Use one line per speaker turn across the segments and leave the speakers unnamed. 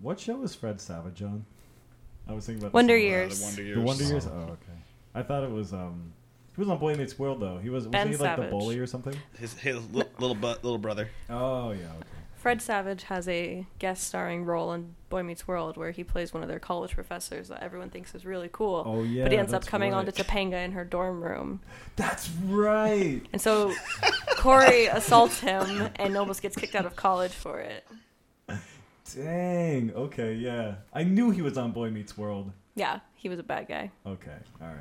What show was Fred Savage on? I was thinking about this
Wonder
one.
Years.
The Wonder Years.
The Wonder Years. Oh, okay. I thought it was. um He was on Boy Meets World though. He was.
Ben
Wasn't he like the
Savage.
bully or something?
His, his li- little bu- little brother.
Oh yeah. Okay.
Fred Savage has a guest starring role in Boy Meets World where he plays one of their college professors that everyone thinks is really cool.
Oh, yeah,
But he ends up
that's
coming
right.
onto Topanga in her dorm room.
That's right.
And so Corey assaults him and almost gets kicked out of college for it.
Dang. Okay. Yeah. I knew he was on Boy Meets World.
Yeah, he was a bad guy.
Okay. All right.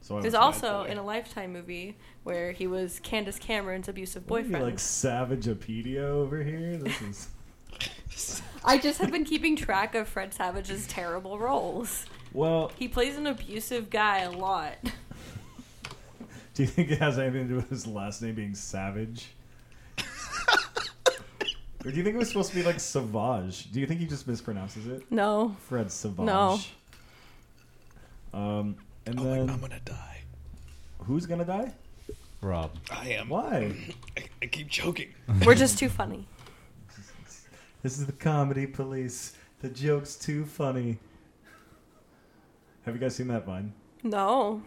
So I
There's
was
also
boy.
in a Lifetime movie where he was Candace Cameron's abusive
What are you,
boyfriend.
like Savagepedia over here. This is.
I just have been keeping track of Fred Savage's terrible roles.
Well,
He plays an abusive guy a lot.
do you think it has anything to do with his last name being Savage? or do you think it was supposed to be like Savage? Do you think he just mispronounces it?
No.
Fred Savage.
No.
Um, and
Oh,
then
I'm gonna die.
who's gonna die?
Rob.
I am.
Why?
I, I keep choking.
We're just too funny.
This is the comedy police. The joke's too funny. Have you guys seen that Vine?
No.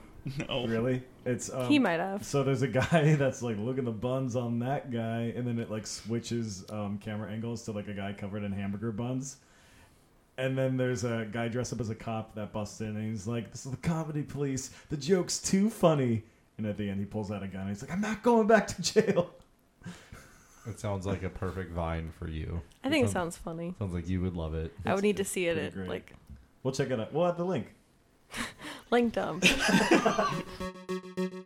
No.
Really? It's um,
He might have.
So there's a guy that's like looking the buns on that guy, and then it like switches um, camera angles to like a guy covered in hamburger buns. And then there's a guy dressed up as a cop that busts in, and he's like, "This is the comedy police. The joke's too funny." And at the end, he pulls out a gun. And he's like, "I'm not going back to jail."
It sounds like a perfect vine for you.
I
um,
think it sounds funny.
sounds like you would love it.
I would need to see it
pretty
at
great.
like
We'll check it out. We'll add the link.
LinkedIn.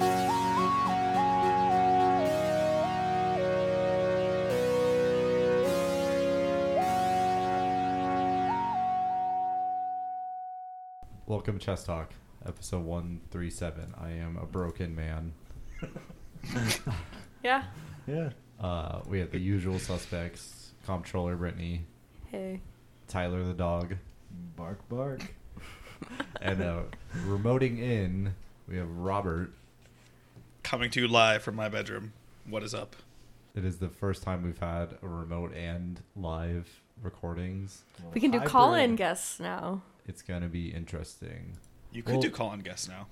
Welcome Chess Talk, episode 137. I am a broken man.
yeah.
Yeah.
Uh, we have the usual suspects, comptroller Brittany,
Hey.
Tyler the dog,
Bark, bark.
and uh, remoting in, we have Robert.
Coming to you live from my bedroom. What is up?
It is the first time we've had a remote and live recordings.
We can do
Hybrid.
call in guests now.
It's going to be interesting.
You could
Well-
do call and guess now.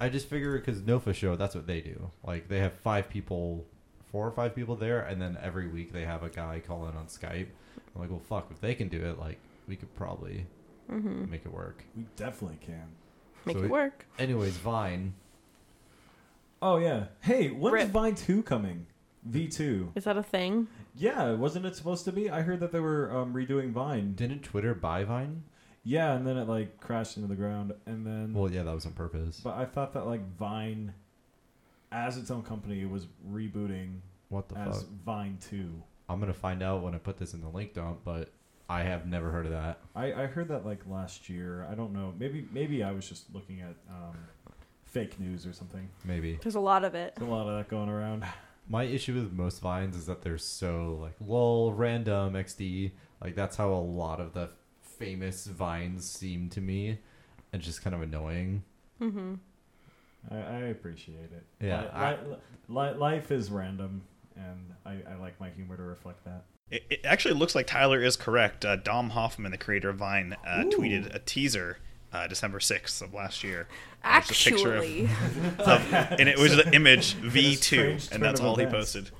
I just figure because Nofa show, that's what they do. Like they have five people, four or five people there, and then every week they have a guy call in on Skype. I'm like, well, fuck, if they can do it, like we could probably make it work.
We definitely can.
Mm-hmm. Make
So
it
it-
work.
Anyways, Vine,
Oh yeah. Hey, when's
Rip.
Vine Two coming? V two.
Is that a thing?
Yeah, wasn't it supposed to be? I heard that they were um, redoing Vine.
didn't Twitter buy Vine?
Yeah, and then it like crashed into the ground, and then.
Well, yeah, that was on purpose.
but I thought that like Vine, as its own company, was rebooting
What the
as
fuck?
Vine Two.
I'm gonna find out when I put this in the link dump, but I have never heard of that.
I, I heard that like last year. I don't know. Maybe maybe I was just looking at um, fake news or something.
Maybe
There's a lot of it.
There's a lot of that going around.
my issue with most vines is that they're so like lol random xd like that's how a lot of the famous vines seem to me and just kind of annoying
Mm-hmm.
I, I appreciate it.
Yeah,
Li-
I-
li- li- life is random, and I, I like my humor to reflect that.
It, it actually looks like Tyler is correct. Uh, Dom Hoffman, the creator of Vine, uh,
Ooh.
tweeted a teaser uh, December 6th of last year. There's Oh, a picture of-
Actually,
of- and it was the image
strange
V2,
turn
and that's
of
all he
events.
posted.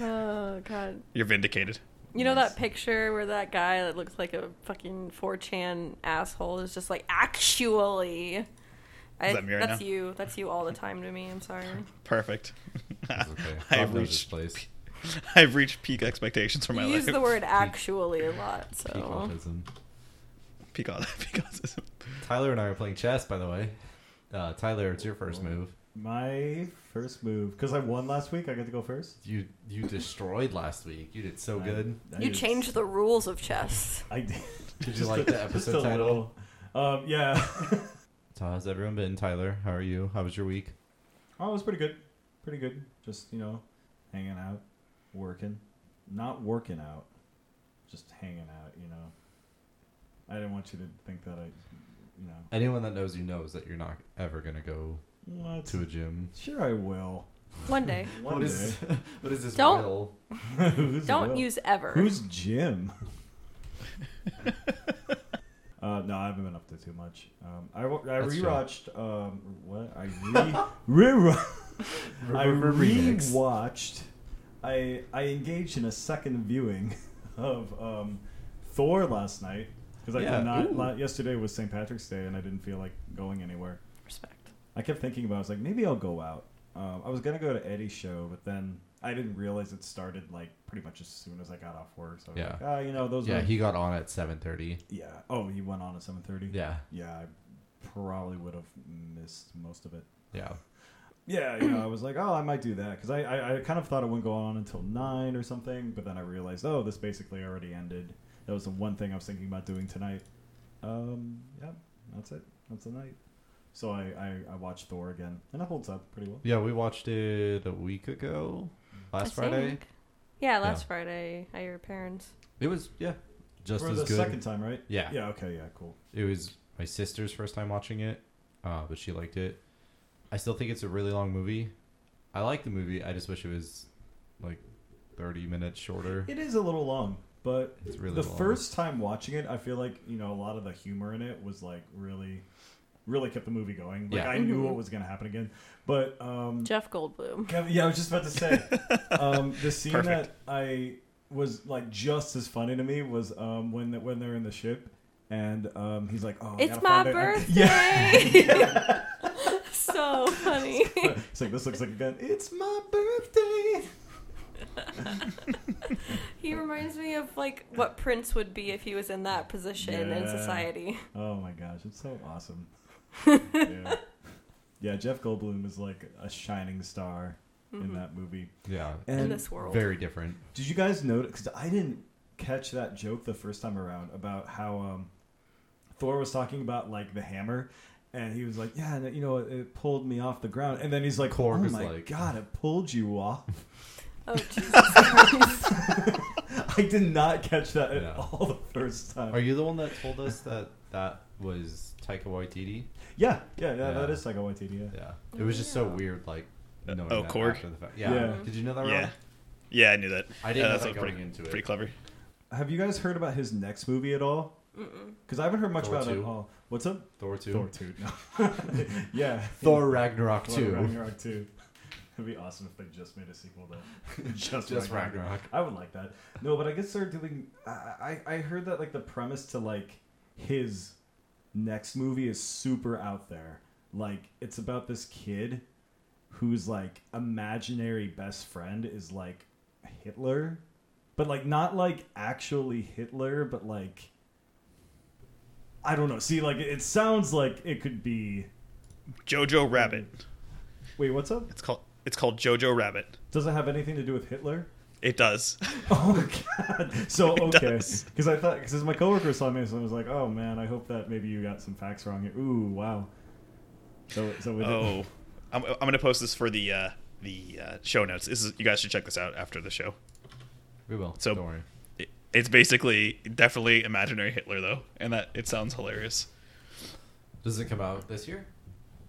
oh god,
You're vindicated.
you know that picture where that guy that looks like a fucking 4chan asshole is just like actually. I,
that me right
that's
now?
you. That's you all the time to me. I'm sorry.
Perfect.
It's okay. God
I've
knows this
reached,
place
I've reached peak expectations for my
you use
life.
the word actually a lot,
Peak
so
autism.
peak, au- peak autism.
tyler and i are playing chess by the way uh, tyler it's your first move
My first move, because I won last week, I get to go first.
you you destroyed last week you did so good
I, I
you
just-
changed the rules of chess.
I did.
did you
Just
like
a-
the
just
episode
a
title
little. Um, yeah.
so how's everyone been tyler how are you how was your week
oh, it was pretty good. Pretty good. Just you know, hanging out, working, not working out, just hanging out. You know. I didn't want you to think that I, you know.
anyone that knows you knows that you're not ever gonna go
What?
to a gym
Sure, I will.
One day,
One
what
day.
is what is this
Don't-
will?
Who's
don't
will?
use ever.
Who's Jim? Uh, no, I haven't been up to too much. Um, I, wa- I
That's fair.
rewatched. Um, what I re re I
Remix.
rewatched. I I engaged in a second viewing of um, Thor last night because I
Yeah,
did not.
ooh.
la- yesterday was St. Patrick's Day, and I didn't feel like going anywhere.
Respect.
I kept thinking about. it. I was like, maybe I'll go out. Um, I was gonna go to Eddie's show, but then I didn't realize it started like pretty much as soon as I got off work. So I was
Yeah.
like, ah, you know those.
Yeah,
are,
he got on at seven thirty.
yeah. Oh, he went on at seven thirty.
Yeah,
Yeah, I probably would have missed most of it.
yeah.
Yeah, you know, I was like, oh, I might do that because I, I, I kind of thought it wouldn't go on until nine or something, but then I realized, oh, this basically already ended. That was the one thing I was thinking about doing tonight. Um, yeah, that's it. That's the night. So I, I, I watched Thor again, and it holds up pretty well.
Yeah, we watched it a week ago, last
I
Friday.
think. Yeah, last
Yeah.
Friday at your parents.
It was yeah, just
For
as
the
good.
second time, right?
Yeah.
Yeah. Okay. Yeah. Cool.
It was my sister's first time watching it, uh, but she liked it. I still think it's a really long movie. I like the movie. I just wish it was like thirty minutes shorter.
It is a little long, but
It's really
the
long.
first time watching it, I feel like you know a lot of the humor in it was like really, really kept the movie going. Like
Yeah.
I knew
Mhm.
what was going to happen again, but um,
Jeff Goldblum.
Kevin- yeah, I was just about to say um, the scene
Perfect.
that I was like just as funny to me was um, when the, when they're in the ship and um, he's like, "Oh, I
It's
gotta
my
find out-
birthday. so funny.
Yeah, it's like this looks like a gun. It's my birthday.
He reminds me of like what Prince would be if he was in that position in
Yeah.
society.
Oh my gosh, it's so awesome. yeah. yeah, Jeff Goldblum is like a shining star
Mm-hmm.
in that movie.
yeah,
in
And
this world.
very different.
did you guys notice? Because I didn't catch that joke the first time around about how um, Thor was talking about like the hammer, and he was like, "Yeah, and it- you know, it, it pulled me off the ground." And then he's like,
Korg
"Oh
was
my
like-
god, it pulled you off."
oh Jesus Christ.
I did not catch that at
Yeah.
all the first time.
Are you the one that told us that that was Taika Waititi?
yeah, yeah, yeah, that
Yeah.
is Taika Waititi. Yeah.
Yeah, it was just so
Yeah.
weird. Like
Uh,
knowing
oh,
that
Korg?
after the fact. Yeah.
Yeah.
Did you know that?
Yeah.
Rob?
Yeah, I knew that. Uh,
I didn't know
that's
that
all
going
pretty,
into it.
Pretty clever.
Have you guys heard about his next movie at all? Because I haven't heard much
Thor
about it at
2.
all. What's up?
Thor two.
Thor two. No. yeah.
Thor Ragnarok
Thor
two.
Ragnarok two. It'd be awesome if they just made a sequel to just,
Just
Ragnarok.
Ragnarok.
I would like that. No, but I guess they're doing. I I I heard that like the premise to like his next movie is super out there. Like it's about this kid whose like imaginary best friend is like Hitler, but like not like actually Hitler, but like I don't know. See, like it sounds like it could be.
Jojo Rabbit.
Wait, what's up?
It's called it's called Jojo Rabbit.
Does it have anything to do with Hitler?
It does.
Oh my god! So okay,
does.
because I thought because my coworker saw me and was like, "Oh man, I hope that maybe you got some facts wrong." here." Ooh, wow. So so we did-
Oh, I'm, I'm gonna post this for the uh, the uh, show notes. This is you guys should check this out after the show.
We will.
So-
don't worry.
It, it's basically definitely imaginary Hitler though, and that it sounds hilarious.
Does it come out this year?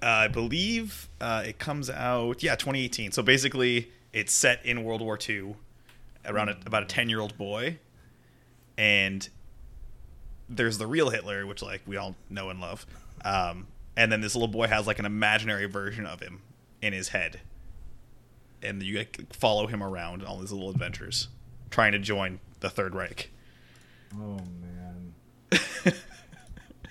Uh, I believe uh, it comes out yeah 2018. So basically, it's set in World War II, around a, about a 10 year old boy, and there's the real Hitler, which like we all know and love, um, and then this little boy has like an imaginary version of him in his head, and you like, follow him around on all these little adventures, trying to join the Third Reich.
Oh man.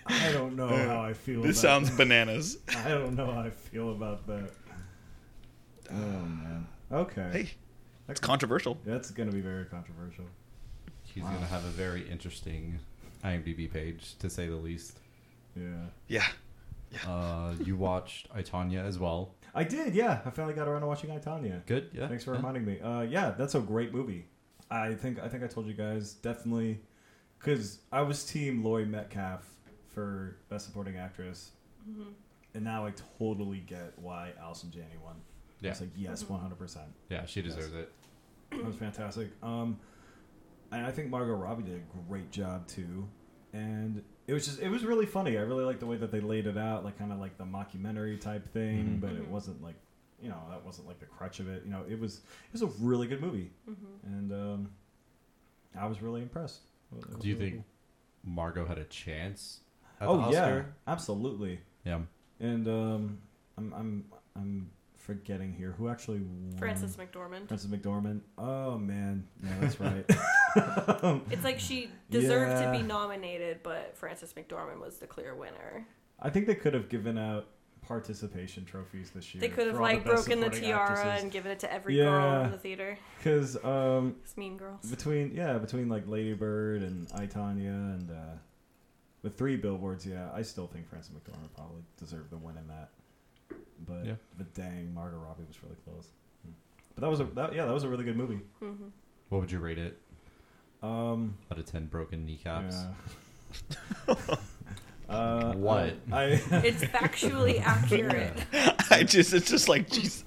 I don't know how I feel.
This
about
sounds bananas.
I don't know how I feel about that. Oh man. Okay.
Hey, it's controversial.
That's gonna be very controversial.
He's
Wow.
going to have a very interesting IMDb page, to say the least.
Yeah.
Yeah.
Uh, you watched Itanya as well.
I did. Yeah, I finally got around to watching Itania.
Good. Yeah.
Thanks for
yeah.
reminding me. Uh, yeah, that's a great movie. I think I think I told you guys definitely because I was team Lori Metcalf for best supporting actress,
Mm-hmm,
and now I totally get why Allison Janney won.
Yeah.
It's like yes, one hundred percent.
Yeah, she deserves it.
That was fantastic. Um, and I think Margot Robbie did a great job too. And it was just it was really funny. I really liked the way that they laid it out, like kind of like the mockumentary type thing,
Mhm.
but it wasn't like you know that wasn't like the crutch of it. You know, it was it was a really
mm-hmm.
good movie, and um, I was really impressed. It was
Do you
really
think Margot had a chance. At the
Oh yeah,
Oscar.
absolutely.
yeah,
And um, I'm I'm I'm forgetting here who actually won.
Frances McDormand.
Francis McDormand. Oh man, yeah, that's right.
It's like she deserved to
Yeah.
be nominated, but Frances McDormand was the clear winner.
I think they could have given out participation trophies this year.
They could have like broken the tiara and given it to every girl
Yeah.
in the theater.
because um,
It's Mean Girls.
between yeah between like Lady Bird and I Tanya and uh, the three billboards, yeah, I still think Francis McDormand probably deserved the win in that. But
Yeah.
but dang, Margot Robbie was really close. Hmm. But that was a that, yeah that was a really good movie.
Mm-hmm.
what would you rate it
Um,
out of ten? Broken kneecaps.
yeah. uh,
What?
I,
It's factually accurate.
I just it's just like jeez.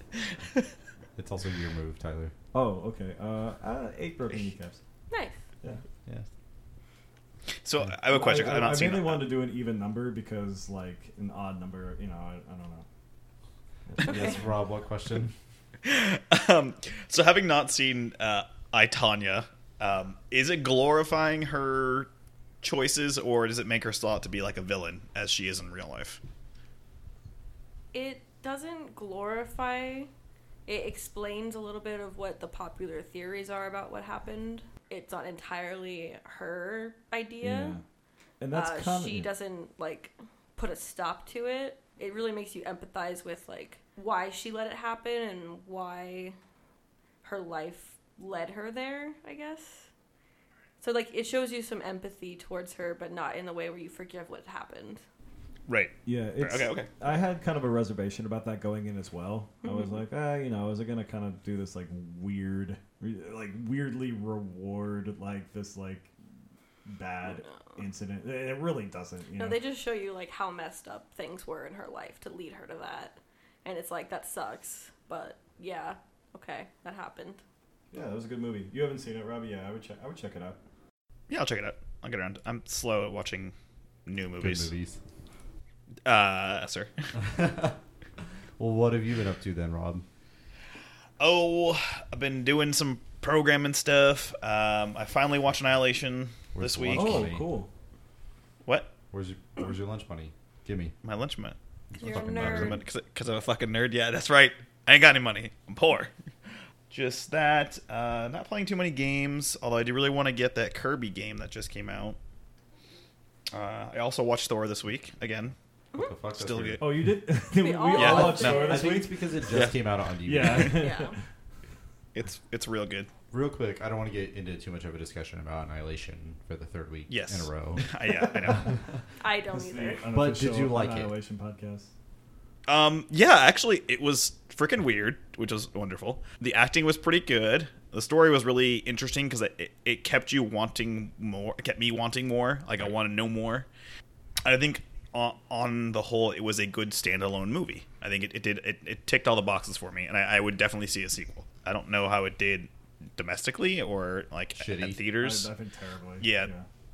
It's also your move, Tyler.
oh okay. Uh, uh, eight broken kneecaps.
Nice.
Yeah.
Yeah,
So I have a question.
I,
I, am
I-
not
I
seeing
mainly
that.
wanted to do an even number because, like, an odd number, you know, I, I don't know.
Yes, Rob. What question?
Um, so having not seen uh, I Tanya, um, is it glorifying her choices, or does it make her thought to be like a villain as she is in real life?
It doesn't glorify. It explains a little bit of what the popular theories are about what happened. It's not entirely her idea.
And that's
uh,
kind
she doesn't like put a stop to it. It really makes you empathize with like why she let it happen and why her life led her there, I guess. So like it shows you some empathy towards her, but not in the way where you forgive what happened.
Right.
Yeah. It's,
Okay, okay.
I had kind of a reservation about that going in as well. I
Mm-hmm.
was like, ah, you know, is it going to kind of do this, like, weird, re- like, weirdly reward, like, this, like, bad
Oh,
incident? And It really doesn't, you
No,
know.
they just show you like how messed up things were in her life to lead her to that. And it's like that sucks, but yeah, okay, that happened.
yeah, that was a good movie. You haven't seen it, Robbie? Yeah, I would check. I would check it out.
Yeah, I'll check it out. I'll get around. I'm slow at watching new
Good
movies.
movies.
Uh, sir.
Well, what have you been up to then, Rob?
Oh, I've been doing some programming stuff. Um, I finally watched Annihilation
Where's
this
the
week.
lunch?
Oh,
Funny.
cool. Oh.
What?
Where's your Where's your lunch money? Give me.
My lunch money.
You're a
fucking nerd.
nerd.
Because I'm a fucking nerd. Yeah, that's right. I ain't got any money. I'm poor. Just that. Uh, not playing too many games. Although I do really want to get that Kirby game that just came out. Uh, I also watched Thor this week again.
What the fuck? That's
Still
weird.
good.
Oh,
Oh, you did? we,
all
all
Yeah,
watched
no.
Thor
I
this
think
week?
it's because it just
Yeah.
came out on DVD.
Yeah.
Yeah.
It's it's real good.
Real quick, I don't want to get into too much of a discussion about Annihilation for the third week
Yes.
in a row.
I, yeah, I know.
I don't
This is the uh,
either.
But did you
unofficial
like it?
Annihilation podcast.
Um, yeah, actually, it was freaking weird, which was wonderful. The acting was pretty good. The story was really interesting because it, it, it kept you wanting more. It kept me wanting more. Like, I want to know more. I think on, on the whole, it was a good standalone movie. I think it, it did it, it ticked all the boxes for me, and I, I would definitely see a sequel. I don't know how it did domestically or like at-
Shitty.
at theaters.
I, I think terribly.
yeah,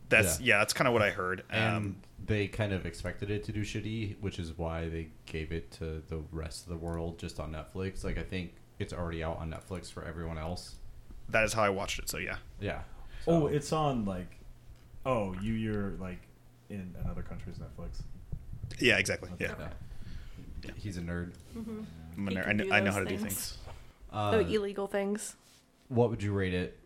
that's
Yeah.
yeah, that's kind of what I heard.
and
um,
they kind of expected it to do shitty, which is why they gave it to the rest of the world just on Netflix. Like I think it's already out on Netflix for everyone else.
that is how I watched it. So yeah,
Yeah.
Oh,
So-
it's on like, oh, you you're like in another country's Netflix.
yeah, exactly. Yeah,
yeah. He's a nerd.
Mm-hmm.
I'm a
He
nerd.
can
I, kn-
do
I know
those
how to do
things.
things.
Um,
uh,
oh, illegal things.
What would you rate it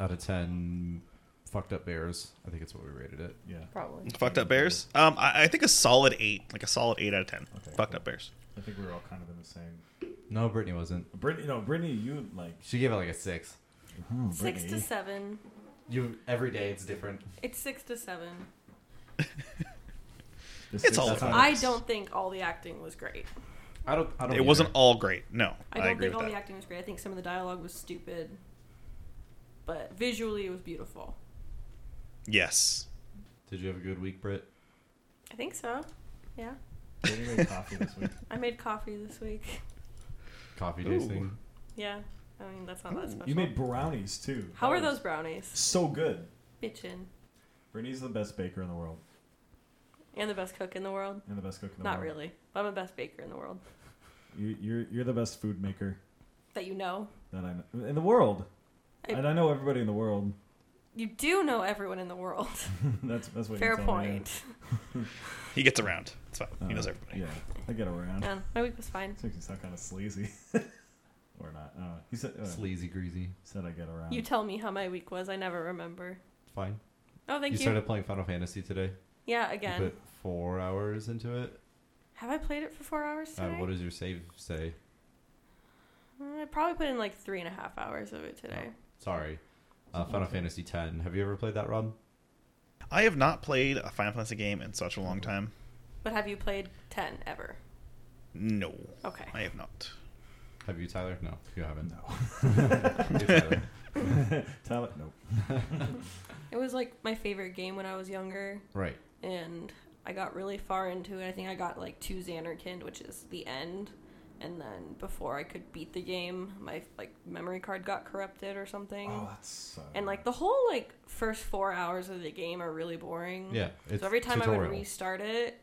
out of ten? Fucked up bears. I think it's what we rated it.
Yeah,
Probably.
Fucked up bears. Um, I, I think a solid eight, like a solid eight out of ten.
Okay.
Fucked up bears.
I think we were all kind of in the same.
No, Brittany wasn't.
Brittany, no, Brittany, you like
She gave it like a six.
oh,
Six to
Brittany.
seven.
You every day it's different.
It's six to seven.
The
It's all
six
fine.
out of-
I don't think all the acting was great.
I don't. I don't.
It wasn't all great. No,
I
I,
don't
agree
think all
with
the
that.
acting was great. I think some of the dialogue was stupid. But visually, it was beautiful.
yes.
Did you have a good week, Britt?
I think so. Yeah.
Brittany made coffee this week.
I made coffee this week.
Coffee
Ooh.
tasting.
Yeah. I mean, that's not that special.
You made brownies too.
How
That
are
was
those brownies?
So good.
Bitchin'.
Brittany's the best baker in the world
And the best cook in the world?
and the best cook in the
Not
world.
really. But I'm the best baker in the world.
You, you're you're the best food maker
That you know.
that I know in the world,
I-
and I know everybody in the world.
you do know everyone in the world.
that's that's what.
Fair
you're telling me.
point.
He gets around. It's fine.
Uh,
he knows everybody.
Yeah, I get around.
Yeah, my week was fine.
This makes me sound kind of sleazy, or not? I don't know. He said uh,
Sleazy, greasy.
said I get around.
You tell me how my week was. I never remember.
Fine.
Oh, thank you.
you started playing Final Fantasy today.
yeah,
You
again.
put four hours into it.
Have I played it for four hours
Uh,
today?
what does your save say?
Mm, I probably put in like three and a half hours of it today.
Oh. Sorry. Uh, Final Fantasy X. Have you ever played that, Rob?
I have not played a Final Fantasy game in such a long time.
But have you played ten ever?
No,
Okay.
I have not.
Have you, Tyler? No, you haven't.
no.
You, Tyler.
Tyler, nope.
It was like my favorite game when I was younger,
Right.
and I got really far into it. I think I got like two Xanarkand, which is the end, and then before I could beat the game, my like memory card got corrupted or something.
Oh, that's so.
And like the whole like first four hours of the game are really boring.
Yeah. It's
Mm. So every time I would
tutorial.
restart it,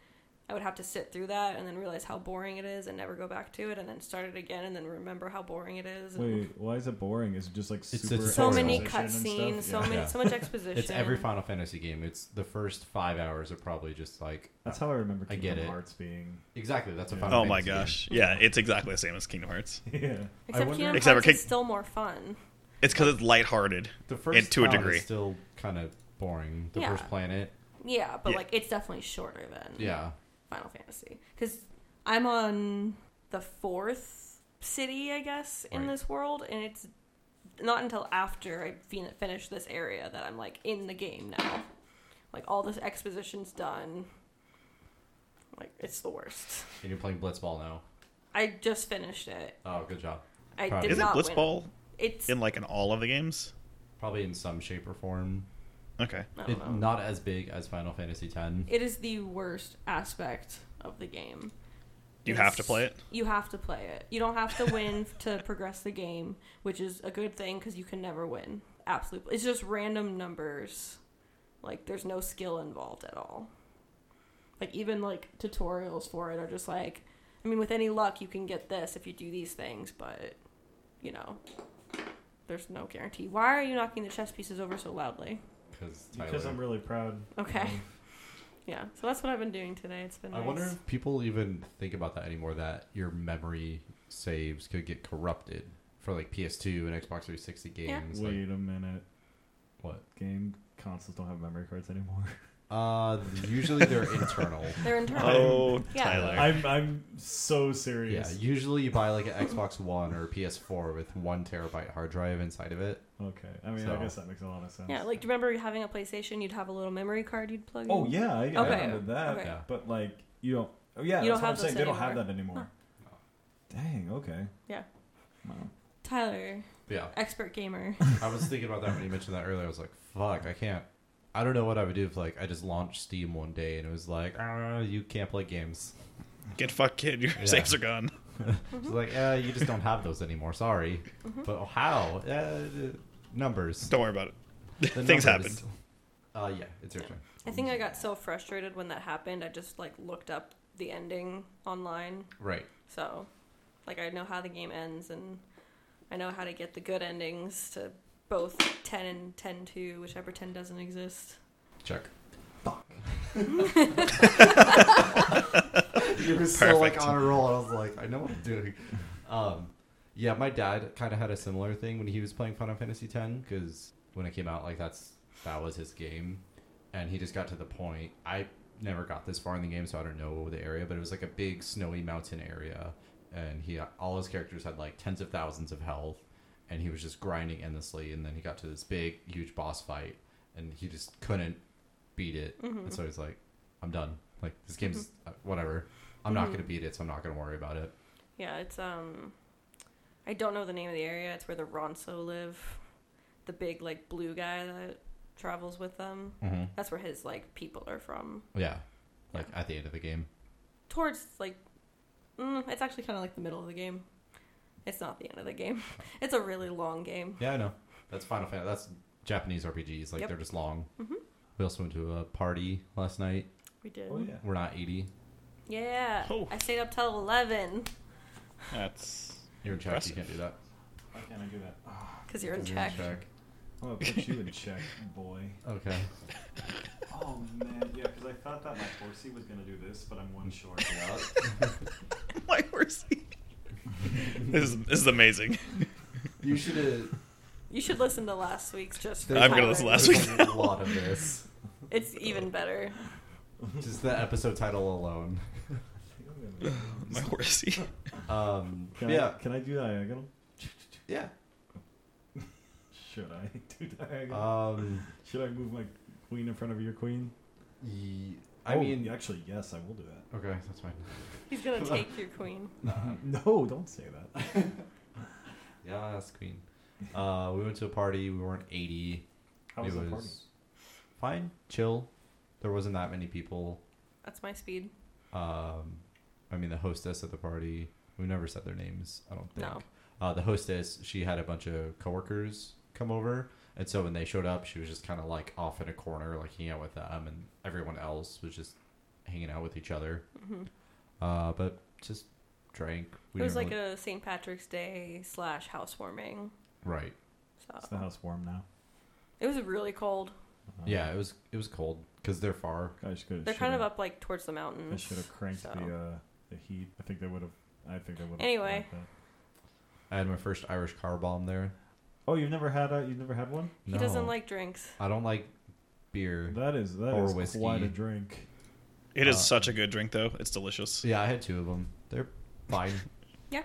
I would have to sit through that and then realize how boring it is and never go back to it, and then start it again and then remember how boring it is. and-
Wait, why is it boring? Is it just like
a
super
so many
exposition and
cutscenes,
stuff?
so
Yeah.
many,
Yeah.
so much exposition.
It's every Final Fantasy game. It's the first five hours are probably just like
That's how I remember
I
Kingdom
get it.
Hearts being.
exactly. That's a
Yeah.
Final
Oh my
Fantasy game.
gosh. Yeah, it's exactly the same as Kingdom Hearts.
Yeah.
Except
wonder-
Kingdom
Except for
Hearts is
King-
still more fun.
It's because it's lighthearted.
The first
And to a
town is
degree.
still kind of boring. The
Yeah.
first planet.
Yeah, but
Yeah.
like it's definitely shorter than
Yeah.
Final Fantasy because I'm on the fourth city, I guess, in
Right.
this world, and it's not until after I fin- finish this area that I'm like in the game now. Like all this exposition's done. Like it's the worst.
And you're playing Blitzball now.
I just finished it.
Oh, good job.
I
Proud
did
of you.
not
Isn't
win.
Blitzball
It's
in like in all of the games?
Probably in some shape or form.
Okay.
I don't
It,
know.
not as big as Final Fantasy X.
It is the worst aspect of the game.
You
It's-
have to play it.
You have to play it. You don't have to win to progress the game, which is a good thing because you can never win. Absolutely. It's just random numbers. Like, there's no skill involved at all. Like, even like tutorials for it are just like, I mean, with any luck, you can get this if you do these things, but, you know, there's no guarantee. Why are you knocking the chess pieces over so loudly?
Because
Because I'm really proud.
Okay. Yeah, so that's what I've been doing today. It's been.
I
nice.
wonder if people even think about that anymore. That your memory saves could get corrupted for like PS2 and Xbox 360
Yeah.
games. like-
Wait a minute.
What?
Game consoles don't have memory cards anymore.
uh, usually they're internal.
They're internal.
Oh,
Yeah.
Tyler.
I'm I'm so
Yeah,
serious.
usually you buy like an Xbox One or a PS4 with one terabyte hard drive inside of it.
Okay. I mean, I
So-
guess that makes a lot of sense.
Yeah, like do you remember having a PlayStation? You'd have a little memory card you'd plug in.
Oh yeah, I, I
Okay.
remember that.
Okay.
Yeah.
But like you don't. Oh yeah, that's
You don't
what I'm
have
saying.
those
They don't have that anymore. Dang. Okay.
Yeah.
Wow.
Tyler,
Yeah,
expert gamer.
I was thinking about that when you mentioned that earlier. I was like, fuck, I can't. I don't know what I would do if like I just launched Steam one day and it was like, ah, you can't play games.
Get fucked, kid. Your
Yeah.
saves are gone.
It's like, uh, you just don't have those anymore. Sorry, but how? Uh, numbers.
Don't worry about it.
The
Things
numbers.
happened.
Uh, yeah, it's your turn.
I think I got so frustrated when that happened. I just like looked up the ending online.
Right.
So, like I know how the game ends and I know how to get the good endings to both 10 and 10-2, whichever 10 doesn't exist.
Check.
Fuck.
You were so like
Perfect.
on a roll. I was like, I know what I'm doing. Um, yeah, my dad kind of had a similar thing when he was playing Final Fantasy X because when it came out, like that's that was his game, and he just got to the point. I never got this far in the game, so I don't know the area, but it was like a big snowy mountain area, and he all his characters had like tens of thousands of health, and he was just grinding endlessly. And then he got to this big, huge boss fight, and he just couldn't beat it. And so he's like, I'm done. Like this game's uh, whatever. I'm not gonna beat it, so I'm not gonna worry about it.
Yeah, it's um I don't know the name of the area. It's where the Ronso live. The big like blue guy that travels with them.
Mm-hmm.
That's where his like people are from.
Yeah, like at the end of the game.
towards like mm, it's actually kind of like the middle of the game it's not the end of the game it's a really long game
Yeah, I know. That's Final Fantasy. That's Japanese RPGs. Like
Yep.
they're just long.
Mm-hmm.
We also went to a party last night.
we did
Oh yeah.
We're not 80.
yeah
Oh.
i stayed up till 11
That's
You're in Czech. You
Impressive.
can't do that.
Why can't I do that?
because you're in
You're in
check
Czech.
I'll put you in check, boy.
Okay.
Oh man, yeah, because I thought that my horsey was gonna do this, but I'm one short.
My horsey. this, is, this is amazing.
You should have.
You should listen to last week's just for
I'm gonna
Tyler.
listen to last week's.
A lot of this.
It's even better.
Just the episode title alone.
My horsey.
Um,
Can I,
yeah.
Can I do diagonal?
Yeah.
Should I do diagonal?
Um,
Should I move my queen in front of your queen?
ye- I
Oh,
mean.
actually, yes, I will do that.
Okay, that's fine.
He's gonna take your queen.
No, don't say that.
Yeah, that's Queen. Uh, we went to a party. We weren't 80.
How
it
was the party?
Fine. Chill. There wasn't that many people.
That's my speed.
Um, I mean, the hostess at the party, we never said their names, I don't think.
No.
Uh, the hostess, she had a bunch of coworkers come over. And so when they showed up, she was just kind of like off in a corner, like hanging out with them. And everyone else was just hanging out with each other. Uh, but just drank.
Mm-hmm. it was
didn't
like
really-
a St. Patrick's Day slash housewarming.
Right.
Is
So
the house warm now?
it was really cold.
Yeah, it was it was cold because they're far.
I should have.
They're kind of up like towards the mountains.
I should have cranked
so.
the uh, the heat. I think they would have. I think they would. have
Anyway.
I had my first Irish car bomb there.
Oh, you've never had a. You've never had one.
He
No.
doesn't like drinks.
I don't like beer.
That is that
Or
is
whiskey.
quite a drink.
It is
Uh,
such a good drink, though. It's delicious.
Yeah, I had two of them. They're fine.
Yeah.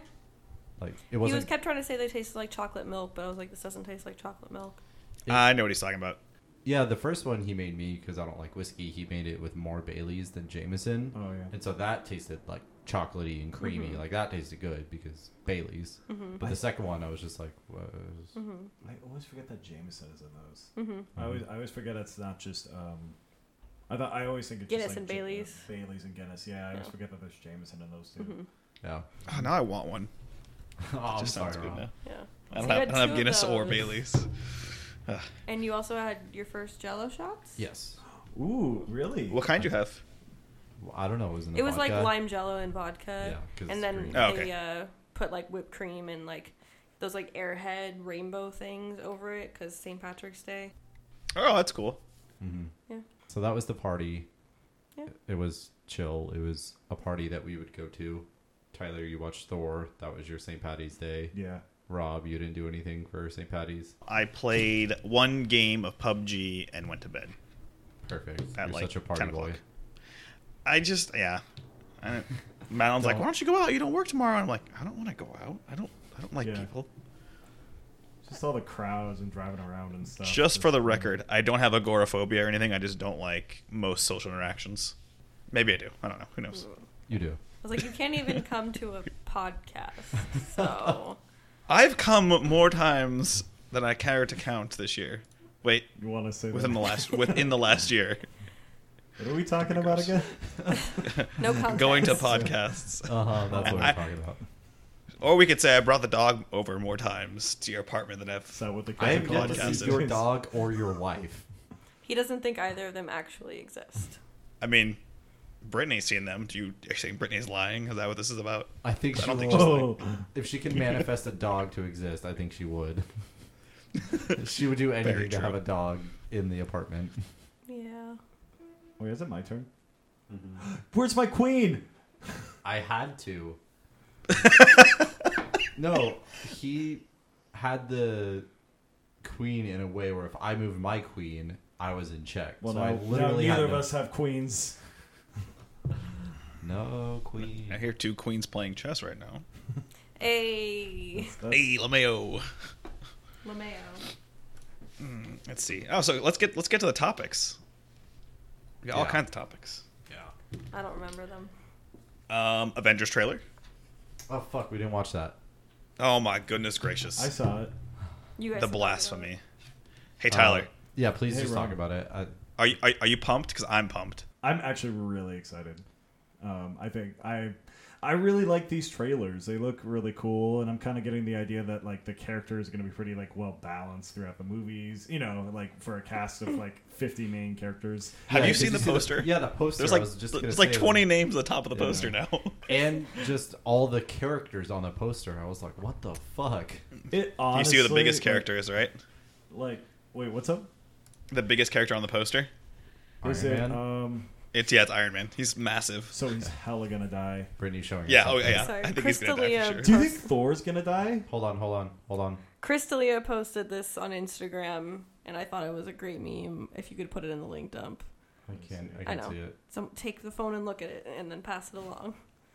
Like it
He was
wasn't.
kept trying to say they tasted like chocolate milk, but I was like, this doesn't taste like chocolate milk.
I know what he's talking about.
yeah, the first one he made me because I don't like whiskey. He made it with more Bailey's than Jameson,
Oh yeah.
and so that tasted like chocolatey and creamy.
Mm-hmm.
Like that tasted good because Bailey's.
Mm-hmm.
But the second one, I was just like, was
Mm-hmm.
I always forget that Jameson is in those.
Mm-hmm.
I always I always forget it's not just. Um, I thought I always think it's
Guinness
just like
and
Ja-
Baileys.
Bailey's and Guinness. Yeah, I always
Yeah.
forget that there's Jameson in those 2
Mm-hmm.
yeah.
Oh, now I want one. It
oh, I'm
just sounds
sorry,
good
Rob.
now.
Yeah.
I don't,
So you
have, I
had
don't have
two of
Guinness or
those.
Bailey's. Ah.
And you also had your first Jello shots.
Yes,
Ooh, really?
What kind you have?
Well, I don't know. It was in the
It was like
vodka.
lime Jello and vodka,
Yeah, 'cause it's
and then
green.
they
Oh, okay.
uh, put like whipped cream and like those like Airhead rainbow things over it because St. Patrick's Day.
Oh, that's cool.
Mm-hmm. So that was the party.
Yeah.
It was chill. It was a party that we would go to. Tyler, you watched Thor. That was your St. Patty's Day.
Yeah.
Rob, you didn't do anything for St. Patty's.
I played one game of PUBG and went to bed.
Perfect.
At
You're
like
such a party
10
boy.
o'clock. I just, yeah. I don't- Madeline's like,
No.
why don't you go out? You don't work tomorrow. I'm like, I don't want to go out. I don't. I don't like
Yeah.
people.
Just all the crowds and driving around and stuff.
Just for the record, I don't have agoraphobia or anything. I just don't like most social interactions. Maybe I do. I don't know. Who knows?
You do.
I was like, you can't even come to a podcast. So
I've come more times than I care to count this year. Wait,
You want to say
within the
that?
last within the last year,
What are we talking about again?
no context.
going to podcasts,
Uh
Uh-huh.
huh. That's what we're talking about.
or we could say I brought the dog over more times to your apartment than I've.
Is that what the
I have
the
yet to
podcast
see
is.
your dog or your wife.
He doesn't think either of them actually exist.
I mean, Brittany's seen them. Do you, are you saying Brittany's lying? Is that what this is about?
I think
I
she
don't think
Oh,
will- if she can manifest a dog to exist, I think she would. she would do anything to
true.
have a dog in the apartment.
Yeah.
wait, is it my turn?
Mm-hmm.
Where's my queen?
I had to. no, he had the queen in a way where if I moved my queen, I was in check.
Well,
so
no,
I literally
no,
had
neither of
no-
us have queens.
No queen.
I hear two queens playing chess right now.
A
That's-
Hey, Lameo.
Lameo.
Let's see. Oh, so let's get let's get to the topics. We got all
Yeah.
kinds of topics.
Yeah.
I don't remember them.
Um, Avengers trailer.
Oh fuck, we didn't watch that.
Oh my goodness gracious!
I saw it.
You guys. have
the
talked about
blasphemy.
it.
Hey Tyler,
Uh, yeah, please
Hey,
just
Ron.
talk about it. I,
are you are, are you pumped? Because I'm pumped.
I'm actually really excited. Um, I think I I really like these trailers. They look really cool, and I'm kind of getting the idea that like the character is going to be pretty like well balanced throughout the movies. You know, like for a cast of like 50 main characters.
Have
Yeah,
you
did
seen the
see
poster?
yeah, the poster.
There's
I
like
was just gonna
there's like
say,
20 names at the top of the
Yeah.
poster now.
and just all the characters on the poster. I was like, what the fuck?
It honestly,
you see who the biggest
like-
character is, right?
Like, Wait, what's up?
The biggest character on the poster.
Is
Iron
it,
Man?
um,
It's yeah, it's Iron Man. He's massive.
so he's hella gonna die.
Brittany showing.
Yeah,
us
oh
something.
yeah.
Sorry,
I think he's gonna die
Crystalia.
for
Do
sure.
you think Thor's gonna die?
Hold on, hold on, hold on.
Crystalia posted this on Instagram, and I thought it was a great meme. If you could put it in the link dump,
I can't. I
I
can
know.
see it.
so take the phone and look at it, and then pass it along.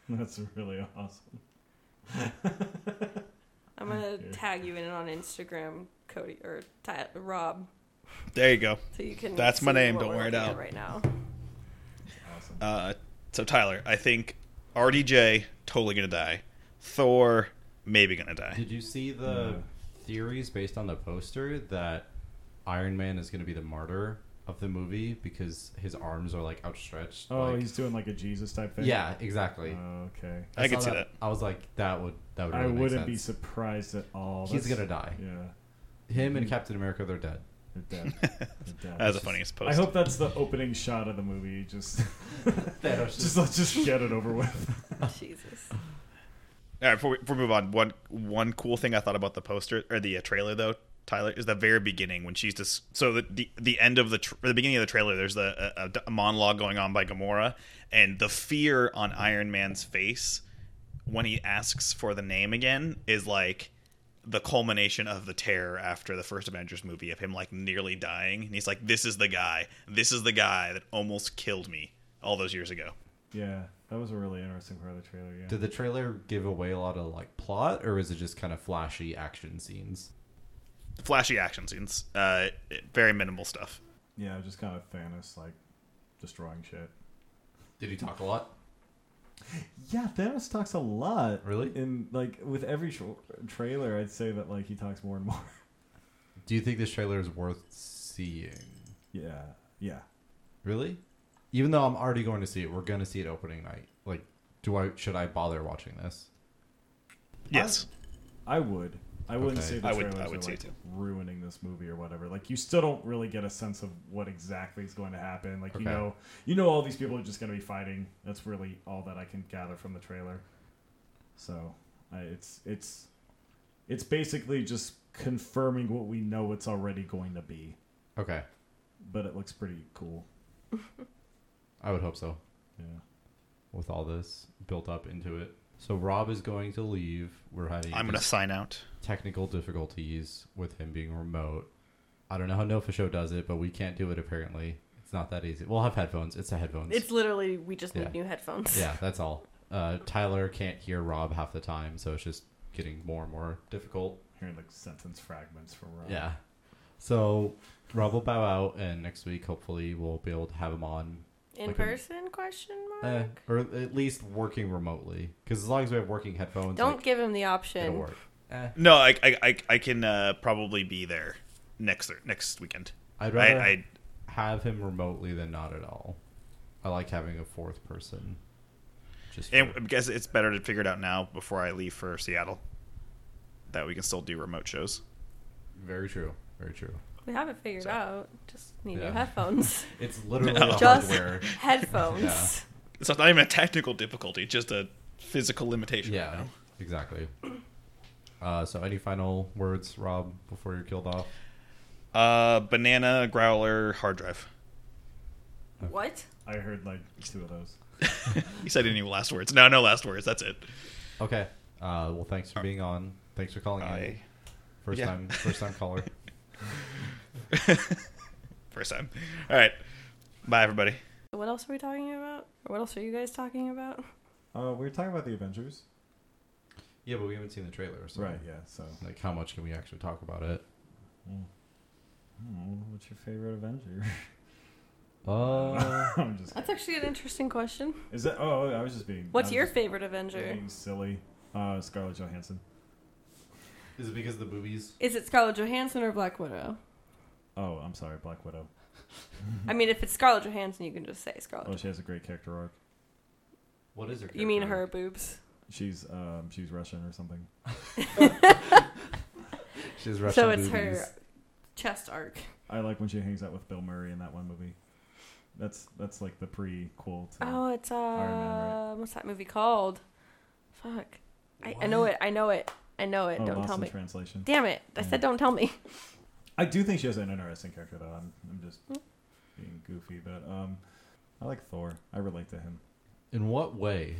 That's really awesome.
I'm gonna
Here.
tag you in on Instagram, Cody or Ty, Rob,
There you go.
so you can.
That's my
see
name,
what
don't
we're
wear it
looking at
out.
Right now,
Awesome.
Uh, so Tyler, I think RDJ totally gonna die. Thor maybe gonna die.
Did you see the
Mm.
theories based on the poster that Iron Man is going to be the martyr of the movie because his arms are like outstretched?
oh,
like-
he's doing like a Jesus type thing. Oh,
yeah, exactly.
Okay.
I
saw
could see
I was like, that would that would.
I
Really make
wouldn't be
sense.
surprised at all.
He's
That's-
gonna die.
Yeah.
Him and Captain America, they're dead.
They're dead. They're dead.
That was the funniest post.
I hope that's the opening shot of the movie. Just,
Thanos
just let's just get it over with.
Jesus.
All right, before we, before we move on, one one cool thing I thought about the poster or the uh, trailer though, Tyler, is the very beginning when she's just so the the, the end of the tr or the beginning of the trailer. There's the a, a monologue going on by Gamora, and the fear on Iron Man's face when he asks for the name again is like the culmination of the terror after the first Avengers movie of him like nearly dying, and he's like, "This is the guy. This is the guy that almost killed me all those years ago."
Yeah, that was a really interesting part of the trailer. Yeah.
Did the trailer give away a lot of like plot, or is it just kind of flashy action scenes?
Flashy action scenes, uh, very minimal stuff.
yeah, just kind of Thanos like destroying shit.
Did he talk a lot?
Yeah, Thanos talks a lot.
Really?
In like with every sh- trailer, I'd say that like he talks more and more.
Do you think this trailer is worth seeing?
yeah. Yeah.
Really? Even though I'm already going to see it, we're going to see it opening night. Like, do I should I bother watching this?
Yes.
I would. I wouldn't
Okay.
say the
I would-
trailers
I would
are
say
like
too.
ruining this movie or whatever. Like you still don't really get a sense of what exactly is going to happen. Like you
Okay.
know, you know all these people are just going to be fighting. That's really all that I can gather from the trailer. So I, it's it's it's basically just confirming what we know it's already going to be.
Okay,
But it looks pretty cool.
I would hope so.
Yeah.
With all this built up into it, so Rob is going to leave. We're having
I'm going to
dis-
sign out.
technical difficulties with him being remote. I don't know how Nofa Show does it, but we can't do it apparently. It's not that easy. We'll have headphones. It's the headphones.
It's literally we just need
Yeah.
new headphones.
yeah, that's all. Uh, Tyler can't hear Rob half the time, so it's just getting more and more difficult.
Hearing like sentence fragments from Rob.
Yeah. So Rob will bow out, and next week hopefully we'll be able to have him on,
In
Like a-
person? question
eh,
mark.
or at least working remotely. Because as long as we have working headphones,
Don't
like,
give him the
it'll
option.
work. Eh.
No, I I, I, I can uh, probably be there next thir- next weekend.
I'd
I,
rather
I
have him remotely than not at all. I like having a fourth person. Just
and
for-
I guess it's better to figure it out now before I leave for Seattle. That we can still do remote shows.
very true. Very true.
We have it figured
So-
out. Just need
Yeah.
new headphones.
It's literally
No.
the
Just-
hardware.
headphones.
Yeah.
It's not even a technical difficulty, just a physical limitation. right
Yeah,
now.
exactly. Uh, so, any final words, Rob, before you're killed off?
Uh, banana growler hard drive.
What?
I heard like two of those.
You said any last words? No, no last words. That's it.
Okay. Uh, well, thanks for being on. Thanks for calling in.
I
First
yeah.
time, first time caller.
first time. All right. Bye everybody.
What else are we talking about? Or what else are you guys talking about?
Uh, we were talking about the Avengers.
Yeah, but we haven't seen the trailer, so
Right, yeah, so
Like, how much can we actually talk about it?
I don't know, Hmm. what's your favorite Avenger?
Uh,
I'm just
That's actually an interesting question.
Is that? Oh, I was just being. I
What's
was
your
just
favorite Avenger?
Being silly. Uh, Scarlett Johansson.
is it because of the boobies?
Is it Scarlett Johansson or Black Widow?
Oh, I'm sorry, Black Widow.
I mean, if it's Scarlett Johansson, you can just say
Mm-hmm. Oh,
Scarlett.
she has a great character arc.
What is her?
you mean her boobs?
She's um, she's Russian or something.
She's Russian
so it's
boobies.
her chest arc.
I like when she hangs out with Bill Murray in that one movie. That's that's like the prequel to.
Oh, it's uh,
Man,
what's that movie called? Fuck, I, I know
What?
it. I know it. I know it.
Oh,
don't
Lost
tell
in
me.
translation.
Damn it! I
Yeah.
said don't tell me.
I do think she has an interesting character, though. I'm, I'm just
Hmm.
being goofy, but um, I like Thor. I relate to him.
In what way?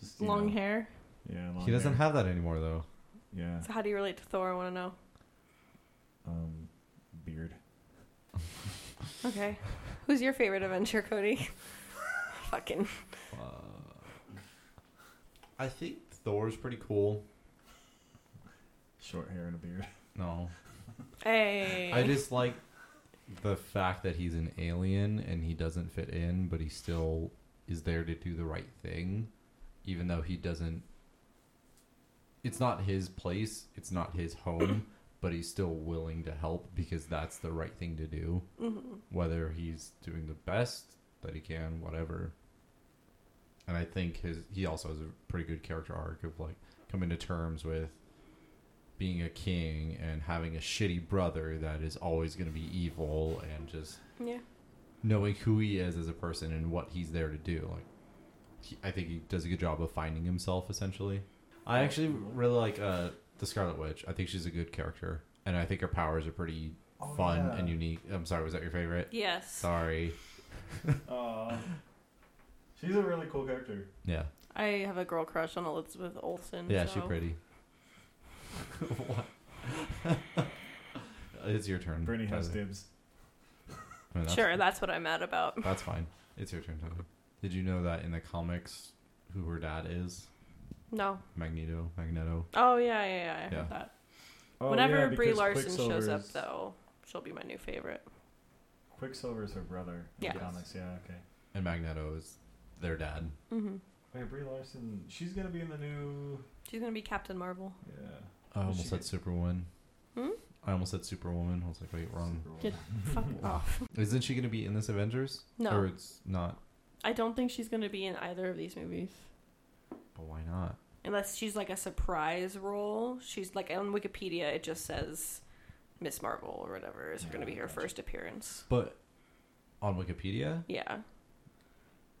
Just, you
Long
know,
hair.
Yeah, long
he doesn't
hair.
have that anymore, though.
Yeah,
So how do you relate to Thor? I want to know.
um, beard.
Okay. Who's your favorite Avenger, Cody? Fucking.
I think Thor's pretty cool.
Short hair and a beard.
No,
Hey.
I just like the fact that he's an alien and he doesn't fit in, but he still is there to do the right thing, even though he doesn't. It's not his place. It's not his home, but he's still willing to help because that's the right thing to do.
Mm-hmm.
Whether he's doing the best that he can, whatever. And I think his he also has a pretty good character arc of like coming to terms with being a king and having a shitty brother that is always going to be evil and just
Yeah.
knowing who he is as a person and what he's there to do. Like, he, I think he does a good job of finding himself. Essentially, I actually really like uh, the Scarlet Witch. I think she's a good character, and I think her powers are pretty
Oh,
fun
yeah.
and unique. I'm sorry, was that your favorite?
Yes.
Sorry.
Aww. She's a really cool character.
Yeah,
I have a girl crush on Elizabeth Olsen.
yeah,
Mm, so.
she's pretty. what? it's your turn.
Brittany
by
has
the way.
dibs.
I mean, that's-
Sure, that's what I'm mad about.
That's fine. It's your turn, Tyler. Did you know that in the comics, who her dad is?
No.
Magneto. Magneto.
Oh yeah, yeah, yeah. I heard
Yeah.
that.
Oh,
Whenever
yeah,
Brie
because
Larson shows up,
Quicksilver's-
though, she'll be my new favorite.
Quicksilver's her brother in
Yeah.
the comics. Yeah, okay.
And Magneto is their dad.
Mm-hmm.
Wait, Brie Larson, she's gonna be in the new.
She's gonna be Captain Marvel.
Yeah.
I almost
she
said
get-
Superwoman.
Hmm?
I almost said Superwoman. I was like, wait, wrong.
Superwoman.
Get- Fuck off.
Isn't she going to be in this Avengers?
No.
Or it's not.
I don't think she's gonna be in either of these movies.
But why not?
Unless she's like a surprise role. She's like on Wikipedia it just says Miss Marvel or whatever is gonna be her
Gotcha.
first appearance.
But on Wikipedia?
Yeah.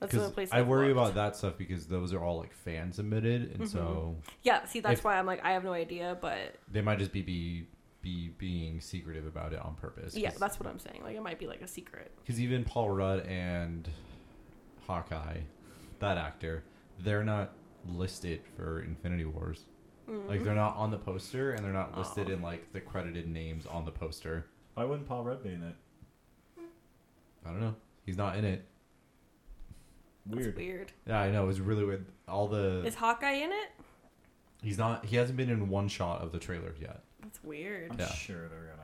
That's the
Because
only place
I
I've
worry
looked.
about that stuff because those are all like fan submitted, and so
Yeah, see that's
If-
why I'm like, I have no idea, but
they might just be, be be being secretive about it on purpose.
yeah,
'cause-
that's what I'm saying. Like it might be like a secret.
Because even Paul Rudd and Hawkeye, that actor, they're not listed for Infinity Wars.
Mm-hmm.
Like they're not on the poster, and they're not listed
Aw.
in like the credited names on the poster.
Why wouldn't Paul Rudd be in it?
I don't know. He's not in it.
That's
Weird.
weird.
Yeah, I know. It's really weird. All the
Is Hawkeye in it?
he's not. He hasn't been in one shot of the trailer yet.
That's weird.
I'm
Yeah.
sure they're gonna.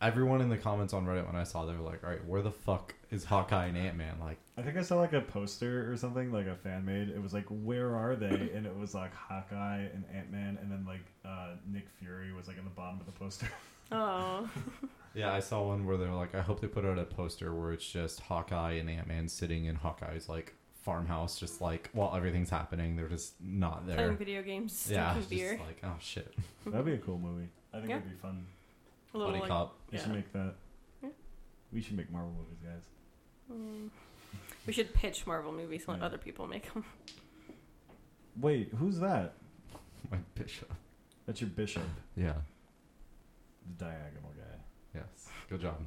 Everyone in the comments on Reddit when I saw, they were like, "All right, where the fuck is Hawkeye and Ant Man?" Like,
I think I saw like a poster or something, like a fan made. It was like, "Where are they?" And it was like Hawkeye and Ant Man, and then like uh, Nick Fury was like in the bottom of the poster.
Oh.
Yeah, I saw one where they're like, I hope they put out a poster where it's just Hawkeye and Ant Man sitting in Hawkeye's like farmhouse, just like while everything's happening, they're just not
Playing
there.
video games,
Yeah,
drinking
just
beer.
like oh shit,
That'd be a cool movie. I think
Yeah.
it'd be fun.
a little
buddy
like,
cop.
We
yeah.
should make that.
Yeah.
We should make Marvel movies, guys.
Mm. We should pitch Marvel movies and let
Yeah.
other people make them.
Wait, who's that?
My bishop.
That's your bishop,
Yeah.
the diagonal guy.
Yes. Good job.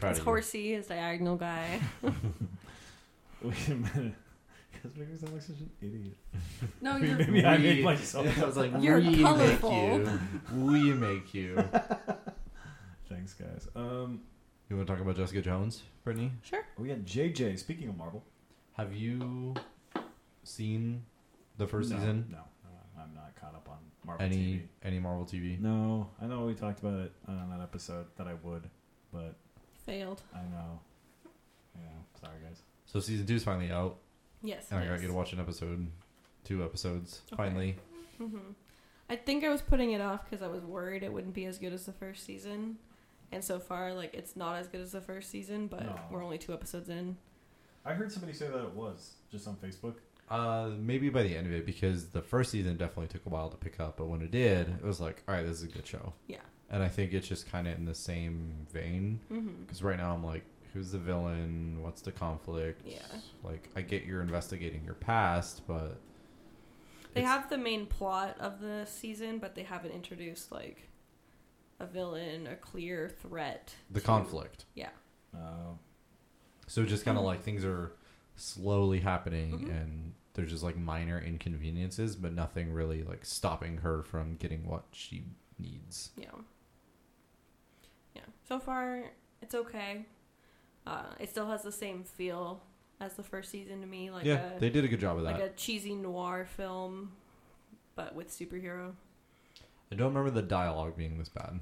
Proud
It's
of you.
horsey, is diagonal guy.
Wait a minute. Because maybe I sound like such an idiot.
no,
Maybe,
you're.
I
We-
made myself.
I was like,
You're
we
colorful."
make you. We make you.
Thanks, guys. Um,
You want to talk about Jessica Jones, Brittany?
Sure.
we got JJ. Speaking of Marvel,
Have you seen the first
No,
season?
No, no, I'm not caught up on Marvel
Any any Marvel TV?
TV. No, I know we talked about it on that episode that I would, but
Failed.
I know. Yeah, sorry guys.
So season two's finally out.
Yes.
And I got you to watch an episode, two episodes,
Okay.
finally.
hmm I think I was putting it off because I was worried it wouldn't be as good as the first season. And so far, like, it's not as good as the first season, but
No.
we're only two episodes in.
I heard somebody say that it was just on Facebook.
Uh, maybe by the end of it, because the first season definitely took a while to pick up, but when it did, it was like, all right, this is a good show.
Yeah.
And I think it's just kind of in the same vein,
Mm-hmm.
because right now I'm like, who's the villain? What's the conflict?
Yeah.
Like, I get you're investigating your past, but
They
it's-
have the main plot of the season, but they haven't introduced like a villain, a clear threat.
the
to-
conflict.
Yeah.
Oh.
So just kind of
Mm.
like things are slowly happening,
Mhm.
and there's just like minor inconveniences, but nothing really like stopping her from getting what she needs.
Yeah. Yeah. So far, it's okay. Uh, it still has the same feel as the first season to me, like
yeah,
a
they did a good job of that.
like a cheesy noir film, but with superhero.
I don't remember the dialogue being this bad.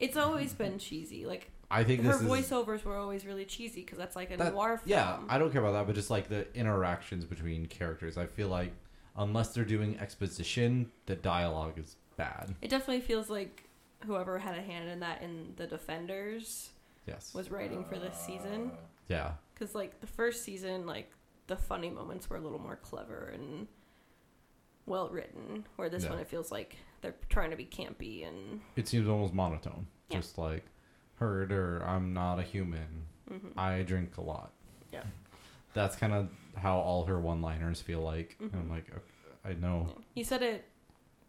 It's always been cheesy. Like
I think
her
this is
voiceovers were always really cheesy because that's like a
That-
noir film.
Yeah, I don't care about that, but just like the interactions between characters, I feel like unless they're doing exposition, the dialogue is bad.
it definitely feels like whoever had a hand in that in the Defenders
Yes.
was writing for this season.
Yeah.
Because like the first season, like the funny moments were a little more clever and well written. Where this
Yeah.
one, it feels like they're trying to be campy and
It seems almost monotone.
Yeah.
Just like hurt or I'm not a human.
Mhm.
I drink a lot.
Yeah.
That's kind of how all her one-liners feel like. And I'm
Mhm.
like, okay, I know.
yeah. you said it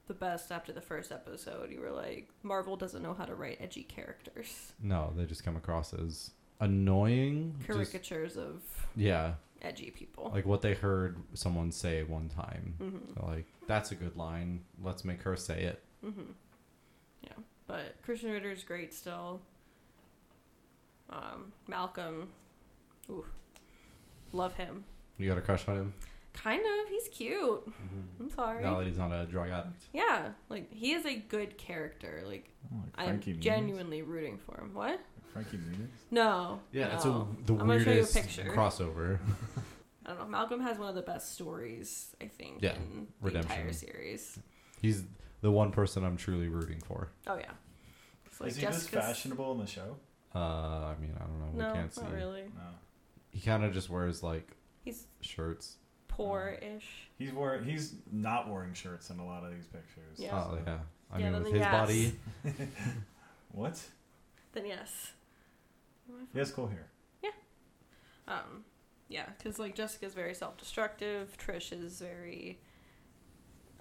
the best after the first episode. You were like, Marvel doesn't know how to write edgy characters,
No, they just come across as annoying. just-
caricatures of
yeah,
edgy people.
like what they heard someone say one time.
Mhm.
They're Like that's a good line. Let's make her say it.
Mm-hmm. Yeah, but Christian Ritter's great still. Um, Malcolm, ooh, love him.
You got a crush on him?
Kind of, he's cute. I'm Mm-hmm. sorry.
Now that he's not a drug addict.
yeah, like he is a good character. Like
Oh, like
I'm
Frankie Muniz?
genuinely rooting for him. What?
Frankie Muniz?
No. no.
it's a, the
I'm gonna show you a
weirdest
picture.
crossover.
I don't know. Malcolm has one of the best stories, I think.
Yeah,
in the
redemption.
entire series.
He's the one person I'm truly rooting for.
Oh yeah. It's
Is he this
Jessica's-
fashionable in the show?
Uh, I mean, I don't know.
No,
we can't see.
not really.
No.
He kind of just wears like
He's
shirts.
poor-ish.
He's wearing. He's not wearing shirts in a lot of these pictures.
Yeah.
Oh yeah. I
Yeah,
mean,
then
with his
yes.
body,
What?
Then yes.
He has cool hair.
Um, yeah, because like Jessica's very self-destructive. Trish is very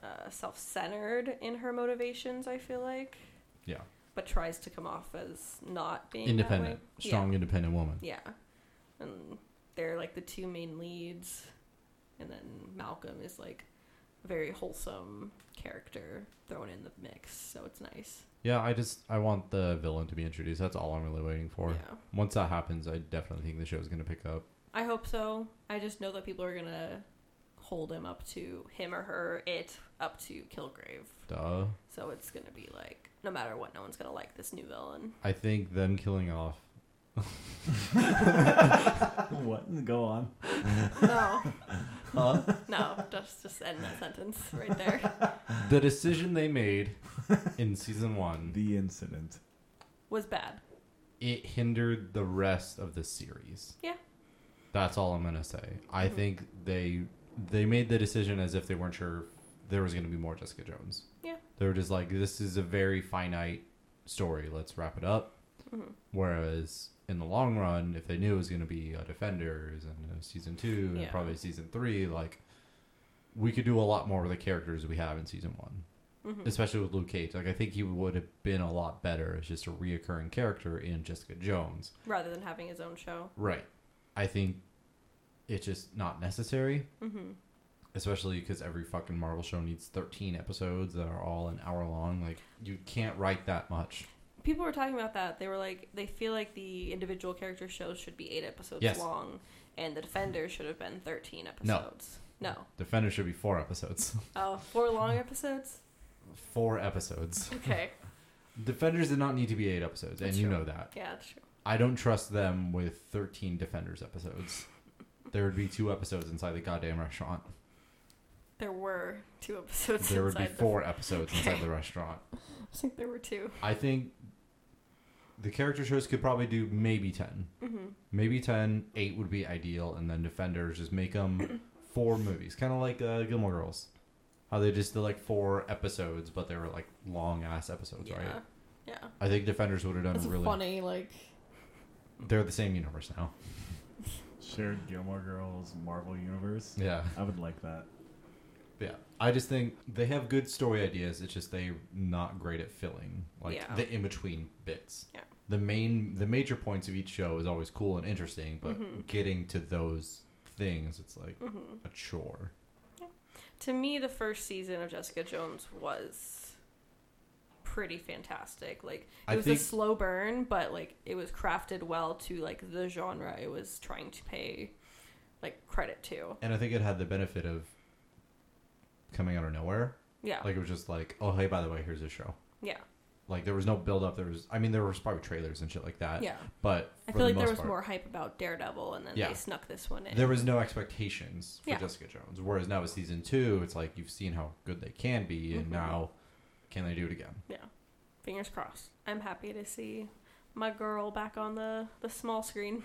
uh, self-centered in her motivations. I feel like,
yeah,
but tries to come off as not being that way.
independent, strong, independent woman.
Yeah, yeah. And they're like the two main leads, and then Malcolm is like a very wholesome character thrown in the mix. So it's nice.
Yeah, I just I want the villain to be introduced. That's all I'm really waiting for.
yeah.
Once that happens, I definitely think the show's going to pick up.
I hope so. I just know that people are gonna hold him up to him or her, it up to Kilgrave.
Duh.
So it's gonna be like, no matter what, no one's gonna like this new villain.
I think them killing off.
what? Go on.
No, no, just just end that sentence right there.
The decision they made in season one,
The incident.
Was bad.
it hindered the rest of the series.
Yeah. Mm-hmm.
That's all I'm gonna say. I think they they made the decision as if they weren't sure there was gonna be more Jessica Jones.
Yeah.
They were just like, this is a very finite story. Let's wrap it up.
Mhm.
Whereas in the long run, if they knew it was gonna be uh, Defenders and uh, season two and
Yeah.
probably season three, like we could do a lot more with the characters we have in season one
Mhm.
especially with Luke Cage. Like I think he would have been a lot better as just a reoccurring character in Jessica Jones.
Rather than having his own show.
Right. I think it's just not necessary,
hmm
especially because every fucking Marvel show needs 13 episodes that are all an hour long. Like you can't write that much.
People were talking about that. They were like, they feel like the individual character shows should be eight episodes
Yes.
long, and the Defender should have been thirteen episodes. No.
Defender should be four episodes.
Oh, four long episodes.
four episodes.
Okay.
Defenders did not need to be eight episodes,
That's
and you
true.
know that.
Yeah, that's true.
I don't trust them with 13 Defenders episodes. There would be two episodes inside the goddamn restaurant.
There were two episodes.
There would be
inside the-
four episodes inside the restaurant.
I think there were 2
I think the character shows could probably do maybe 10.
Mm-hmm.
Maybe 10, 8 would be ideal, and then Defenders just make them four movies. Kind of like uh, Gilmore Girls. How they just did like four episodes, but they were like long ass episodes,
yeah.
right?
Yeah.
I think Defenders would have done
That's
really.
funny. Like,
They're the same universe now.
Shared Gilmore Girls Marvel universe.
Yeah.
I would like that.
Yeah. I just think they have good story ideas. It's just they're not great at filling like
Yeah.
the in between bits.
Yeah.
The main, the major points of each show is always cool and interesting, but
Mm-hmm.
getting to those things, it's like a chore.
To me, the first season of Jessica Jones was pretty fantastic. Like it
I
was
think-
a slow burn, but like it was crafted well to like the genre it was trying to pay like credit to.
And I think it had the benefit of coming out of nowhere.
Yeah.
Like it was just like, oh hey, by the way, here's a show.
yeah.
Like there was no build up. There was, I mean, there was probably trailers and shit like that.
Yeah.
But
I
for
feel
the
like there
most
was
part-
more hype about Daredevil and then
Yeah.
they snuck this one in.
There was no expectations for
Yeah.
Jessica Jones. Whereas now with season two, it's like you've seen how good they can be,
Mm-hmm.
and now can they do it again?
yeah. Fingers crossed. I'm happy to see my girl back on the the small screen.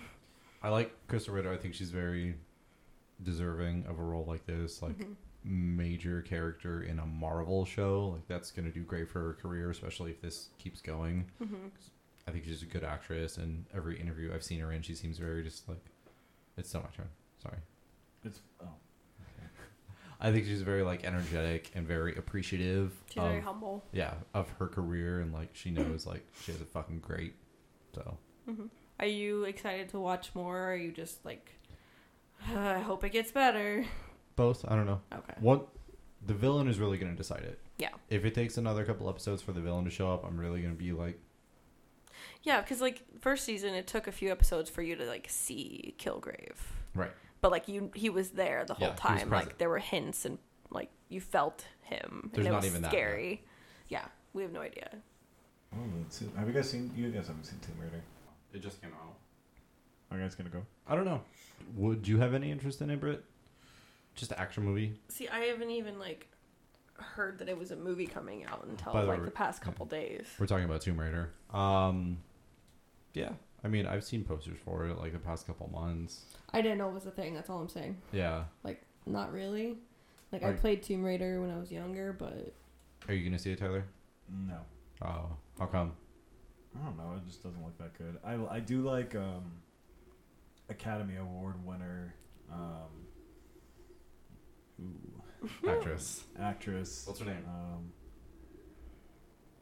I like Krista Ritter. I think she's very deserving of a role like this, like
Mm-hmm.
major character in a Marvel show. Like that's gonna do great for her career, especially if this keeps going.
Mm-hmm.
I think she's a good actress, and every interview I've seen her in, she seems very just like it's not my turn. Sorry.
It's oh,
I think she's very like energetic and very appreciative.
She's very
of-
humble.
yeah, of her career and like she knows like she has a fucking great. So
Mm-hmm. Are you excited to watch more? Or are you just like, I hope it gets better?
both, I don't know.
Okay.
What the villain is really going to decide it.
Yeah.
If it takes another couple episodes for the villain to show up, I'm really going to be like,
Yeah, because like first season, it took a few episodes for you to like see Kilgrave,
right.
but like you, he was there the whole
Yeah, he was
time. Like
present.
there were hints and like you felt him.
There's
and it
not
was
even that yet.
scary. Yeah, we have no idea.
I don't know, Tomb- Oh, have you guys seen? You guys haven't seen Tomb Raider.
It just came out.
Are you guys gonna go?
I don't know. Would you have any interest in it, Britt? Just an action movie.
See, I haven't even like heard that it was a movie coming out until
By the
like
way,
the past
yeah.
couple days.
We're talking about Tomb Raider. Um, yeah. I mean, I've seen posters for it like the past couple months.
I didn't know it was a thing. That's all I'm saying.
Yeah.
Like not really. Like
I Are-
played Tomb Raider when I was younger, but
Are you going to see it, Tyler?
No.
Oh, how come?
I don't know. It just doesn't look that good. I, I do like um, Academy Award winner um, ooh,
Actress.
actress.
What's her name?
Um,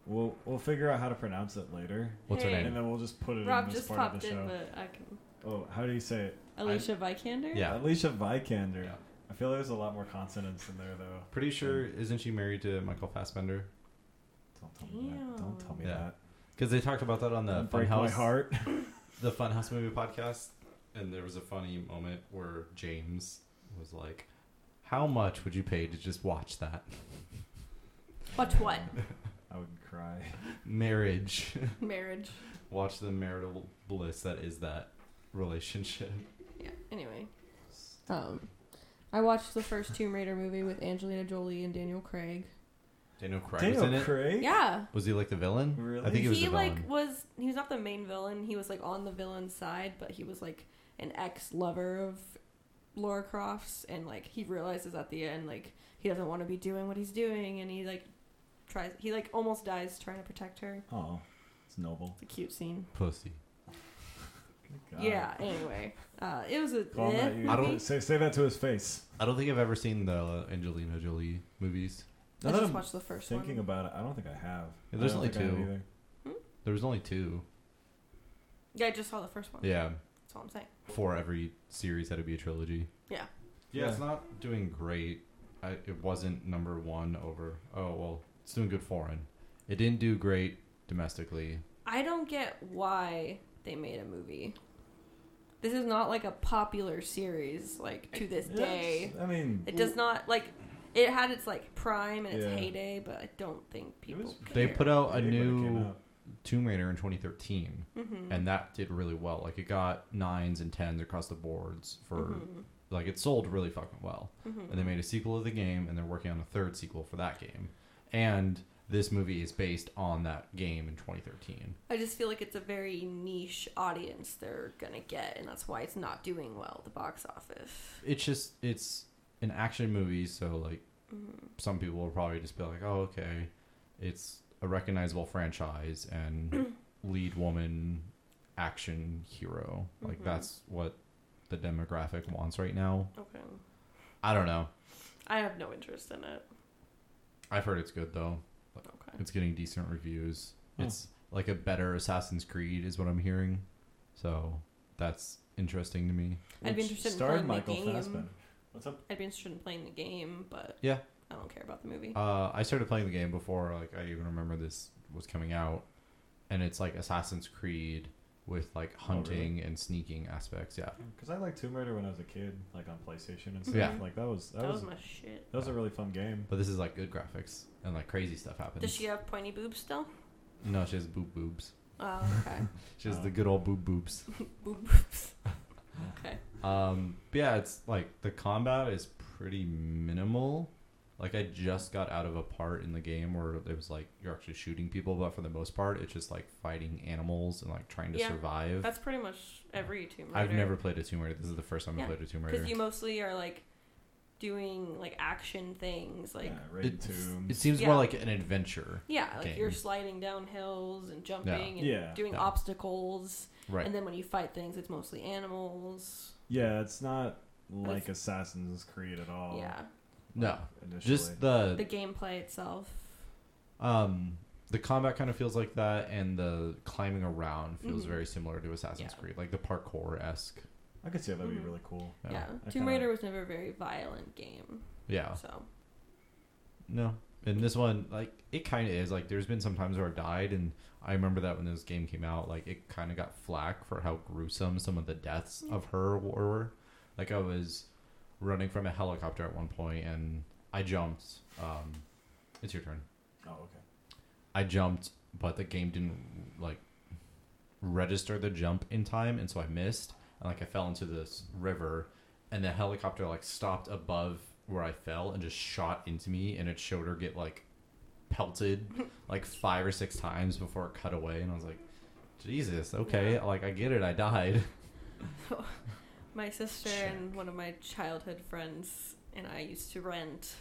we'll we'll figure out how to pronounce it later,
What's her
Hey.
and
name?
then we'll just put it
Rob
in this
just
Mm, part of
popped
the
in,
show.
but I can.
Oh, how do you say it?
Alicia Vikander?
Yeah.
Alicia Vikander.
Yeah.
I feel there's a lot more consonants in there though.
Pretty sure, isn't she married to Michael Fassbender?
Don't tell me that. Don't tell me
Yeah.
that.
Because they talked about that on the
Don't break
Funhouse,
my heart.
the Funhouse movie podcast, and there was a funny moment where James was like, "How much would you pay to just watch that
Watch what?
I would cry.
marriage?
Marriage.
watch the marital bliss that is that relationship."
Yeah. Anyway, um, I watched the first Tomb Raider movie with Angelina Jolie and Daniel Craig.
Daniel Craig was in
Daniel
it.
Craig.
Yeah.
Was he like the villain?
Really?
I think he was
he
the villain.
like was he was not the main villain. He was like on the villain's side, but he was like an ex lover of Laura Crofts, and like he realizes at the end like he doesn't want to be doing what he's doing, and he like tries. He like almost dies trying to protect her.
Oh, it's noble.
It's a cute scene.
Pussy.
God.
Yeah. Anyway, uh, it was a.
Call him
eh
that. You-
I don't-
say say that to his face.
I don't think I've ever seen the Angelina Jolie movies.
I
Now that
just
I'm
watched the first
Thinking
one.
about it, I don't think I have.
Yeah, there's
I don't
only
think I have
two.
either.
There was only two.
yeah, I just saw the first one.
Yeah,
That's all I'm saying.
for every series that'd be a trilogy.
Yeah.
Yeah, it's not doing great. I, it wasn't number one over. Oh well, it's doing good foreign. It didn't do great domestically.
I don't get why they made a movie. This is not like a popular series, like to this
Yeah,
day.
it's- I mean,
It does not like. It had its like prime and its
Yeah.
heyday, but I don't think people.
was-
They
care.
put out a
big when it came
new
out.
Tomb Raider in 2013,
Mm-hmm.
and that did really well. Like it got nines and tens across the boards for
Mm-hmm.
like it sold really fucking well. And they made a sequel of the game, and they're working on a third sequel for that game. And this movie is based on that game in 2013.
I just feel like it's a very niche audience they're gonna get, and that's why it's not doing well at the box office.
it's just it's an action movie, so like
Mm-hmm.
some people will probably just be like, "Oh, okay, it's a recognizable franchise and lead woman action hero." Like that's what the demographic wants right now.
Okay.
I don't know.
I have no interest in it.
I've heard it's good though.
Okay.
It's getting decent reviews.
Huh.
It's like a better Assassin's Creed is what I'm hearing. So that's interesting to me.
I'd be
Which
interested in
starred
playing the
Michael
game.
Fassbender. What's up?
I'd be interested in playing the game, but
Yeah.
I don't care about the movie.
Uh, I started playing the game before like I even remember this was coming out, and it's like Assassin's Creed with like
Oh, really?
hunting and sneaking aspects. Yeah,
Because I liked Tomb Raider when I was a kid, like on PlayStation and stuff.
Yeah.
Like that was that,
that
was,
was my shit.
that was a really fun game.
but this is like good graphics and like crazy stuff happens.
Does she have pointy boobs still?
No, she has boob boobs.
Oh, okay.
She has
Oh.
the good old boob boobs.
Boob boobs. Okay.
Um, but yeah, it's like the combat is pretty minimal. Like I just got out of a part in the game where it was like you're actually shooting people, but for the most part, it's just like fighting animals and like trying to
Yeah,
survive.
That's pretty much every Tomb Raider.
I've never played a Tomb Raider. This is the first time
Yeah,
I played a Tomb Raider.
Because you mostly are like doing like action things, like
yeah, Raid
It's-
Tomb.
It seems
Yeah.
more like an adventure,
yeah, like you're
Game.
sliding down hills and jumping and
Yeah.
doing
Yeah.
obstacles,
right?
and then when you fight things, it's mostly animals.
yeah, it's not like
it's-
Assassin's Creed at all.
Yeah,
no,
Initially.
just the
the gameplay itself.
Um, the combat kind of feels like that, and the climbing around feels
Mhm.
very similar to Assassin's
Yeah.
Creed, like the parkour esque.
I could see how that'd be
Mhm.
really cool.
Yeah.
Yeah,
I
Tomb
kinda-
Raider was never a very violent game,
Yeah,
so
no. And this one, like, it kind of is. Like, there's been some times where I've died, and I remember that when this game came out, like, it kind of got flack for how gruesome some of the deaths
Yeah.
of her were. Like, I was running from a helicopter at one point, and I jumped. Um, it's your turn.
Oh, okay.
I jumped, but the game didn't like register the jump in time, and so I missed, and like I fell into this river, and the helicopter like stopped above where I fell and just shot into me, and it showed her get like pelted like five or six times before it cut away, and I was like, Jesus, okay, like I get it, I died.
My sister and one of my childhood friends and I used to rent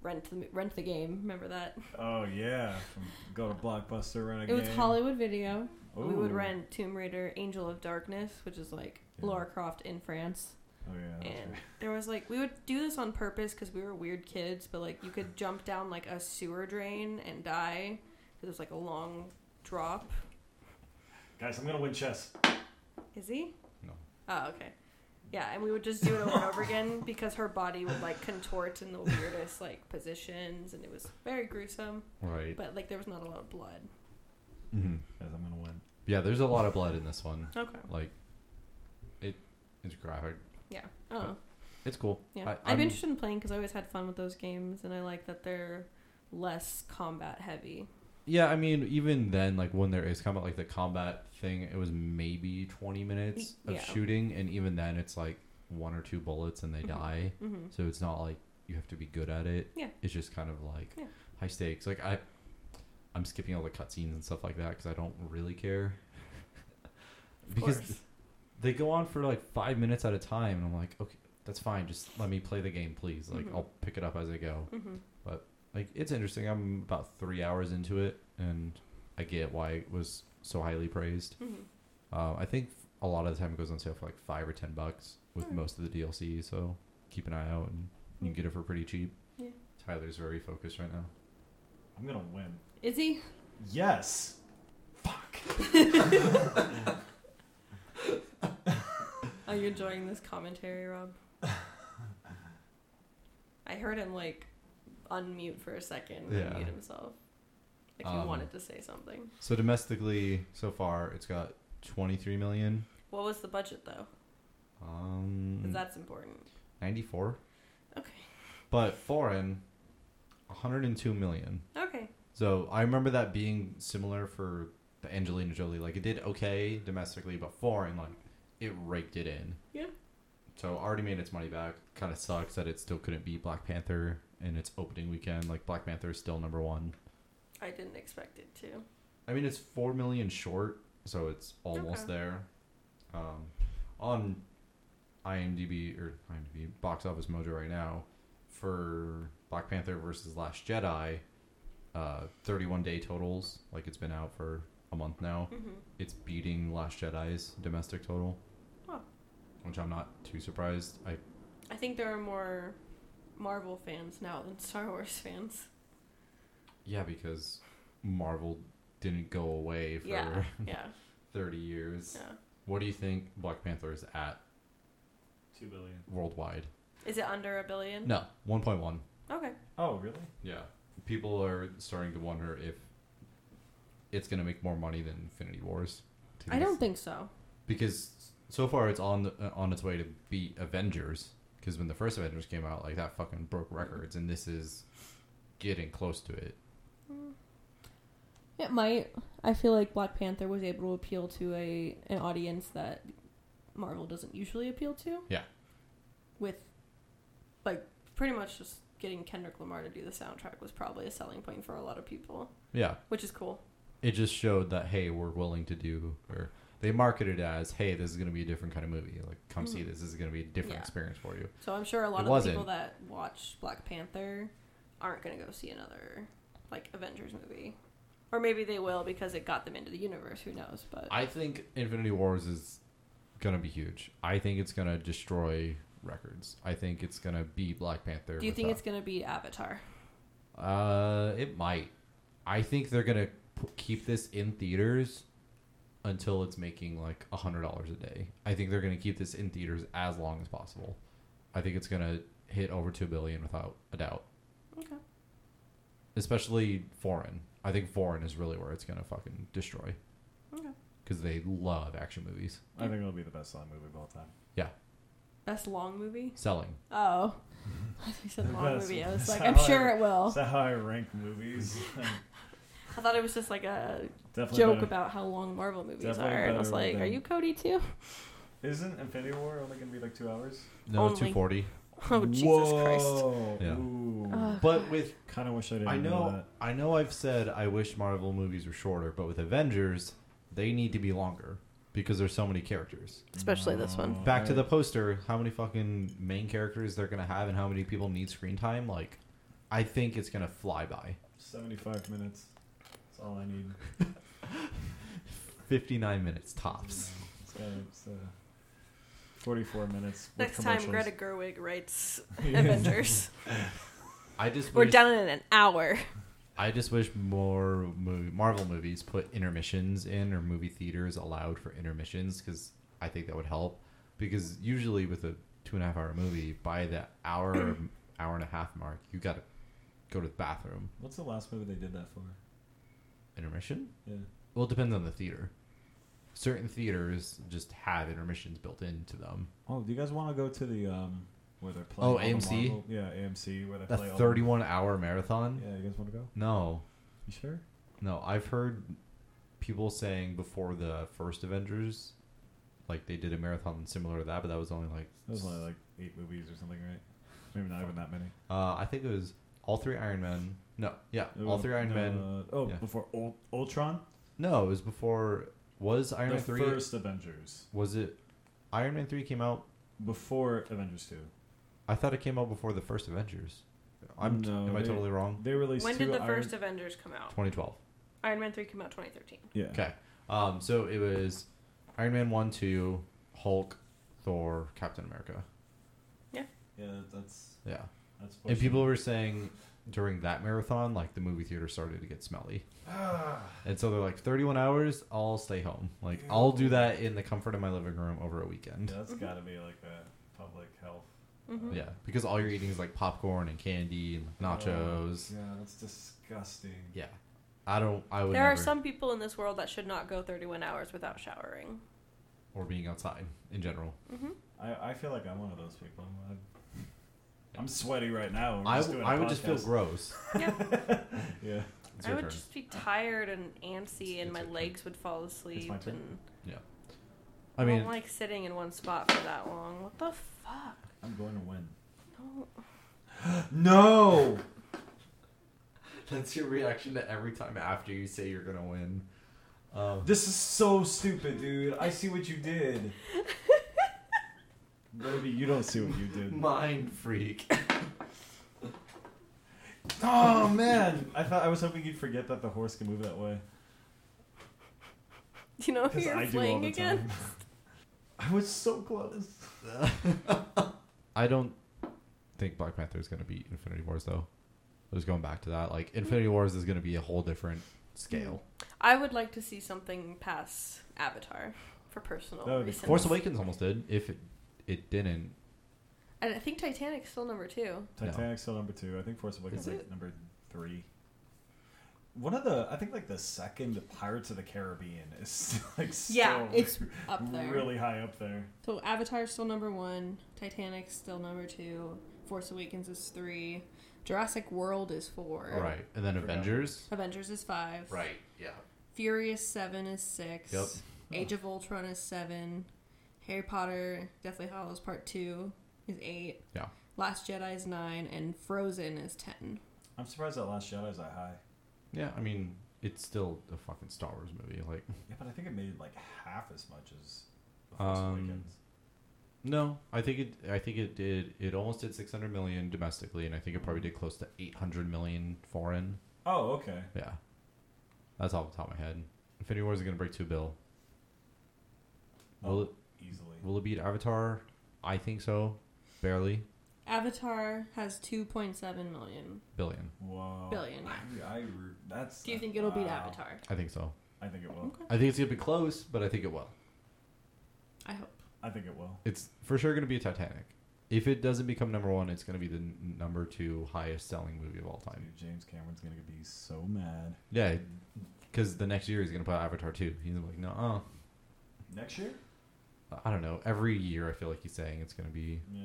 rent the rent the game. Remember that?
Oh yeah, From- go to Blockbuster, rent a
It was
game.
Hollywood Video. We would
Ooh.
rent Tomb Raider: Angel of Darkness, which is like
Yeah.
Laura Croft in France.
Oh yeah. that's
and
right.
there was like we would do this on purpose because we were weird kids, but like you could jump down like a sewer drain and die because it was like a long drop.
Guys, I'm gonna win chess.
Is he?
No.
Oh, okay. Yeah, and we would just do it over and over again because her body would like contort in the weirdest like positions, and it was very gruesome.
Right.
But like there was not a lot of blood.
hmm
Guys, I'm gonna win.
Yeah, there's a lot of blood in this one.
Okay.
Like, it, it's graphic.
Yeah. Oh.
It's cool.
Yeah. I, would
I'm-
be interested in playing because I always had fun with those games, and I like that they're less combat heavy.
Yeah, I mean, even then, like when there is combat, like the combat thing, it was maybe twenty minutes of
Yeah.
shooting, and even then, it's like one or two bullets and they
Mhm.
die.
hmm
So it's not like you have to be good at it.
Yeah.
it's just kind of like
Yeah.
high stakes. Like I, I'm skipping all the cutscenes and stuff like that because I don't really care. because
course.
they go on for like five minutes at a time, and I'm like, okay, that's fine. Just let me play the game, please. Like
Mhm.
I'll pick it up as I go
hmm
like it's interesting. I'm about three hours into it, and I get why it was so highly praised.
hmm
Uh, I think a lot of the time it goes on sale for like five or ten bucks with
Alright.
most of the DLC. So keep an eye out, and you can get it for pretty cheap.
Yeah.
Tyler's very focused right now.
I'm gonna win.
Is he?
Yes. Fuck.
Are you enjoying this commentary, Rob? I heard him like unmute for a second and
Yeah.
mute himself. Like he
Um,
wanted to say something.
So domestically, so far it's got 23 million.
What was the budget though?
Um,
'Cause
mm.
that's important.
94.
Okay.
But foreign, 102 million.
Okay.
So I remember that being similar for the Angelina Jolie. Like it did okay domestically, but foreign, like it raked it in.
Yeah.
So already made its money back. Kind of sucks that it still couldn't beat Black Panther in its opening weekend. Like Black Panther is still number one.
I didn't expect it to.
I mean, it's four million short, so it's almost
Okay.
there. Um, on IMDb or IMDb Box Office Mojo right now for Black Panther versus Last Jedi, uh, 31 day totals. Like it's been out for a month now.
hmm
It's beating Last Jedi's domestic total,
Huh.
which I'm not too surprised. I
I think there are more Marvel fans now than Star Wars fans.
Yeah, because Marvel didn't go away for
Yeah, yeah,
30 years.
yeah.
What do you think Black Panther is at
Two billion.
worldwide?
Is it under a billion?
No, 1.1.
Okay.
Oh, really?
Yeah. People are starting to wonder if it's going to make more money than Infinity Wars. to
I
these-
don't think so.
because so far it's on the, uh, on its way to beat Avengers. Because when the first Avengers came out, like that fucking broke records, and this is getting close to it.
Hmm. It might. I feel like Black Panther was able to appeal to a an audience that Marvel doesn't usually appeal to.
Yeah.
With like pretty much just getting Kendrick Lamar to do the soundtrack was probably a selling point for a lot of people,
Yeah,
which is cool.
it just showed that hey, we're willing to do, or they marketed it as hey, this is going to be a different kind of movie. Like, come see this. This is going to be a different
Hmm. Yeah.
experience for you.
So I'm sure a
It
lot of the
wasn't.
people that watch Black Panther aren't going to go see another like Avengers movie. Or maybe they will because it got them into the universe, who knows, but
I think Infinity Wars is going to be huge. I think it's going to destroy records. I think it's going to be Black Panther.
do you think
without-
it's going to be Avatar?
Uh, it might. I think they're gonna p- keep this in theaters until it's making like a hundred dollars a day. I think they're gonna keep this in theaters as long as possible. I think it's gonna hit over two billion without a doubt.
Okay.
Especially foreign. I think foreign is really where it's gonna fucking destroy
Okay.
because they love action movies.
I think it'll be the best selling movie of all time.
Best long movie?
Selling.
Oh. you said long
Best-
movie. I was
best
like, I'm
hour.
sure it will.
Is that how I rank movies?
I thought it was just like a
Definitely
joke
better-
about how long Marvel movies
Definitely
are. And I was
better
like,
than-
are you Cody too?
Isn't Infinity War only gonna be like two hours?
No,
Only.
two forty.
Oh, Jesus Christ.
Yeah.
Ooh.
Ugh.
But with
kind of wish I didn't
I
know
know
that.
I know I've said I wish Marvel movies were shorter, but with Avengers, they need to be longer because there's so many characters.
Especially this one.
No.
Back to the poster, how many fucking main characters they're gonna have and how many people need screen time, like I think it's gonna fly by.
Seventy-five minutes. That's all I need.
Fifty nine minutes tops.
It's got it's, uh, forty-four minutes. with
Next time
commercials.
Greta Gerwig writes Avengers.
I just
We're
wish,
done in an hour.
I just wish more movie, Marvel movies put intermissions in or movie theaters allowed for intermissions because I think that would help. Because usually with a two and a half hour movie, by the hour hour and a half mark, you got to go to the bathroom.
What's the last movie they did that for?
Intermission?
Yeah.
Well, it depends on the theater. Certain theaters just have intermissions built into them.
Oh, do you guys want to go to the um where they're playing? all
Oh,
the
AMC?
Marvel- Yeah, AMC where they
That
play all the-
31 hour marathon?
Yeah, you guys want to go?
No,
You sure?
No, I've heard people saying before the first Avengers, like they did a marathon similar to that, but that was only like.
That was only like eight movies or something, right? Maybe not even that many.
uh, I think it was all three Iron Men. No, yeah, all three Iron Men.
Uh, oh,
yeah.
before Ul- Ultron,
No, it was before. Was Iron
the
Man three?
first Avengers,
Was it Iron Man three came out?
before Avengers two.
I thought it came out before the first Avengers. I'm
No,
am I
they-
totally wrong?
They released
When
two
did the
Iron-
first Avengers come out?
2012.
Iron Man 3 came out 2013.
Yeah.
Okay. Um, so it was Iron Man one, two, Hulk, Thor, Captain America.
Yeah, that's
Yeah.
that's.
And people were saying during that marathon, like the movie theater started to get smelly. and so they're like, 31 hours, I'll stay home. Like, I'll do that in the comfort of my living room over a weekend.
Yeah, that's got to be like a public health.
Mhm.
Yeah. Because all you're eating is like popcorn and candy and nachos.
Yeah, that's disgusting.
yeah. I don't, I would
There are
never-
some people in this world that should not go 31 hours without showering.
or being outside in general.
I, I feel like I'm one of those people. I'm, I'm sweaty right now. We're
I,
just
w-
doing a
I would just feel
podcast.
gross.
Yeah,
Yeah,
It's
I
your
would
turn.
just be tired and antsy,
It's-
and my
it's okay.
legs would fall asleep.
my turn.
And
I mean,
don't like sitting in one spot for that long. What the fuck?
I'm going to win.
No.
No.
that's your reaction to every time after you say you're going to win. Um,
This is so stupid, dude. I see what you did. Maybe you don't see what you did.
mind freak.
Oh man, I thought I was hoping you'd forget that the horse can move that way.
Do you know who
Because
Oh, you're
I do all
playing
the
again?
time. I was so close.
I don't think Black Panther is going to be Infinity Wars though. I was going back to that. Like Infinity Wars is going to be a whole different scale.
I would like to see something pass Avatar for personal
That would be
Mm.
reasons.
Force Awakens almost did. If it, it didn't,
And I think Titanic's still number two.
No.
Titanic's still number two. I think Force Awakens
Is
like
it?
number three. One of the, I think like the second Pirates of the Caribbean is like still
Yeah,
it's up there.
really high up there.
So Avatar's still number one, Titanic's still number two, Force Awakens is three, Jurassic World is four,
right? And then
Forgot.
Avengers,
Avengers is five,
right? Yeah.
Furious Seven is six,
Yep.
Age of Ultron is seven, Harry Potter, Deathly Hollows Part Two is eight,
Yeah.
Last Jedi is nine, and Frozen is ten.
I'm surprised that Last Jedi is that high.
Yeah. I mean, it's still a fucking Star Wars movie. Like,
Yeah, but I think it made like half as much as the Force
Um,
Awakens.
no, I think it. I think it did. It almost did 600 million domestically, and I think it probably did close to 800 million foreign.
Oh, okay.
Yeah. That's off the top of my head. Infinity Wars is going to break two bill. Will
Oh,
it
easily.
will it beat Avatar? I think so. Barely.
Avatar has two point seven million.
Billion.
Whoa.
Billion.
I, I re- that's.
Do you think it'll beat
wow.
Avatar?
I think so.
I think it will.
Okay.
I think it's going to be close, but I think it will.
I hope.
I think it will.
It's for sure going to be a Titanic. If it doesn't become number one, it's going to be the n- number two highest selling movie of all time.
Dude, James Cameron's gonna be so mad
Yeah, because the next year he's going to put out Avatar 2. He's gonna be like, no,
next year.
uh, I don't know. Every year I feel like he's saying it's going to be.
Yeah.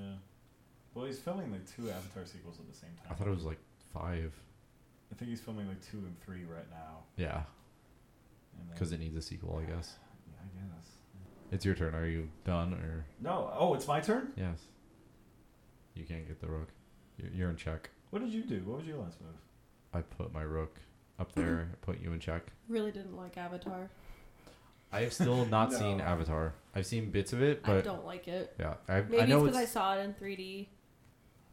Well, he's filming the two Avatar sequels at the same time.
I thought it was like five.
I think he's filming like two and three right now.
Yeah,
and then-
because it needs a sequel, I guess.
Yeah, I guess.
It's your turn. Are you done or.
No. Oh, it's my turn.
Yes. You can't get the rook. You're, you're in check.
What did you do? What was your last move?
I put my rook up there. I put you in check.
Really didn't like Avatar.
I have still not
No.
seen Avatar. I've seen bits of it,
I
but
don't like it.
yeah, I,
Maybe
I know
it's because I
it's.
saw it in 3D,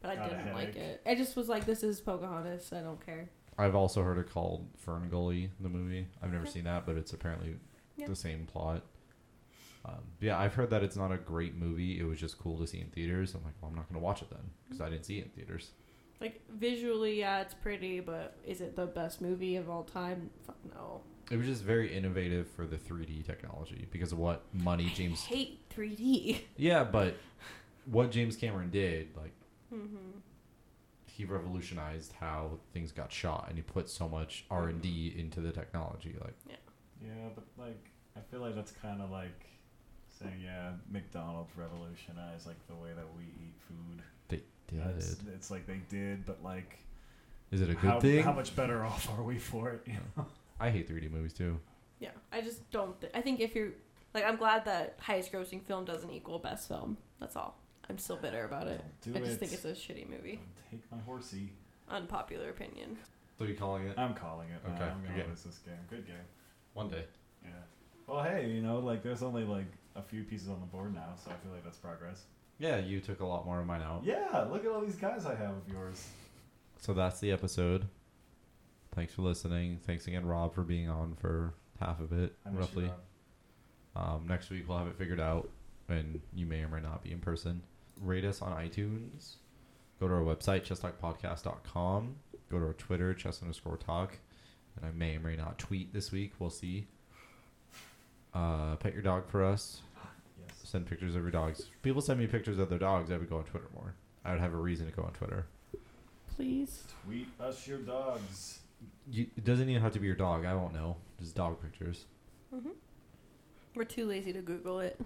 but I
Got a
didn't like
headache.
it. I just was like, this is Pocahontas. I don't care.
I've also heard it called Ferngully, the movie. I've never
Okay.
seen that, but it's apparently
Yeah.
the same plot. Um, yeah, I've heard that it's not a great movie. It was just cool to see in theaters. I'm like, well, I'm not going to watch it then because
Mm-hmm.
I didn't see it in theaters.
Like visually, yeah, it's pretty, but is it the best movie of all time? Fuck no.
It was just very innovative for the 3D technology because of what money James
I hate 3D.
Yeah, but what James Cameron did, like,
Mhm.
he revolutionized how things got shot, and he put so much R and D into the technology. Like,
Yeah, but like I feel like that's kind of like saying yeah, McDonald's revolutionized like the way that we eat food.
they did.
It's, it's like they did, but like
Is it a good
how,
thing?
how much better off are we for it? you know?
I hate 3D movies too.
Yeah, I just don't. Th- I think if you're like, I'm glad that highest grossing film doesn't equal best film. That's all. I'm still bitter about it.
Don't do
I just
it.
think it's a shitty movie.
Don't take my horsey.
Unpopular opinion.
So you calling it
I'm calling it. Okay.
Okay,
I'm gonna
okay.
lose this game. Good game.
one day?
Yeah. Well, hey, you know, like there's only like a few pieces on the board now, so I feel like that's progress.
Yeah, you took a lot more of mine out.
Yeah, look at all these guys I have of yours.
So that's the episode. Thanks for listening. Thanks again, Rob, for being on for half of it,
I miss you,
roughly.
Rob.
Um, next week we'll have it figured out, and you may or may not be in person. Rate us on iTunes. Go to our website, chesttalkpodcast.com. Go to our Twitter, chest underscore talk. And I may or may not tweet this week. We'll see. Uh, pet your dog for us.
Yes.
Send pictures of your dogs. People send me pictures of their dogs. I would go on Twitter more. I would have a reason to go on Twitter.
Please.
Tweet us your dogs.
You, it doesn't even have to be your dog. I won't know. Just dog pictures.
Mm-hmm. We're too lazy to Google it.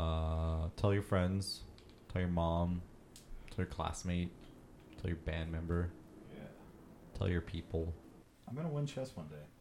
Uh, tell your friends. Tell your mom. Tell your classmate. Tell your band member.
Yeah.
Tell your people.
I'm gonna win chess one day.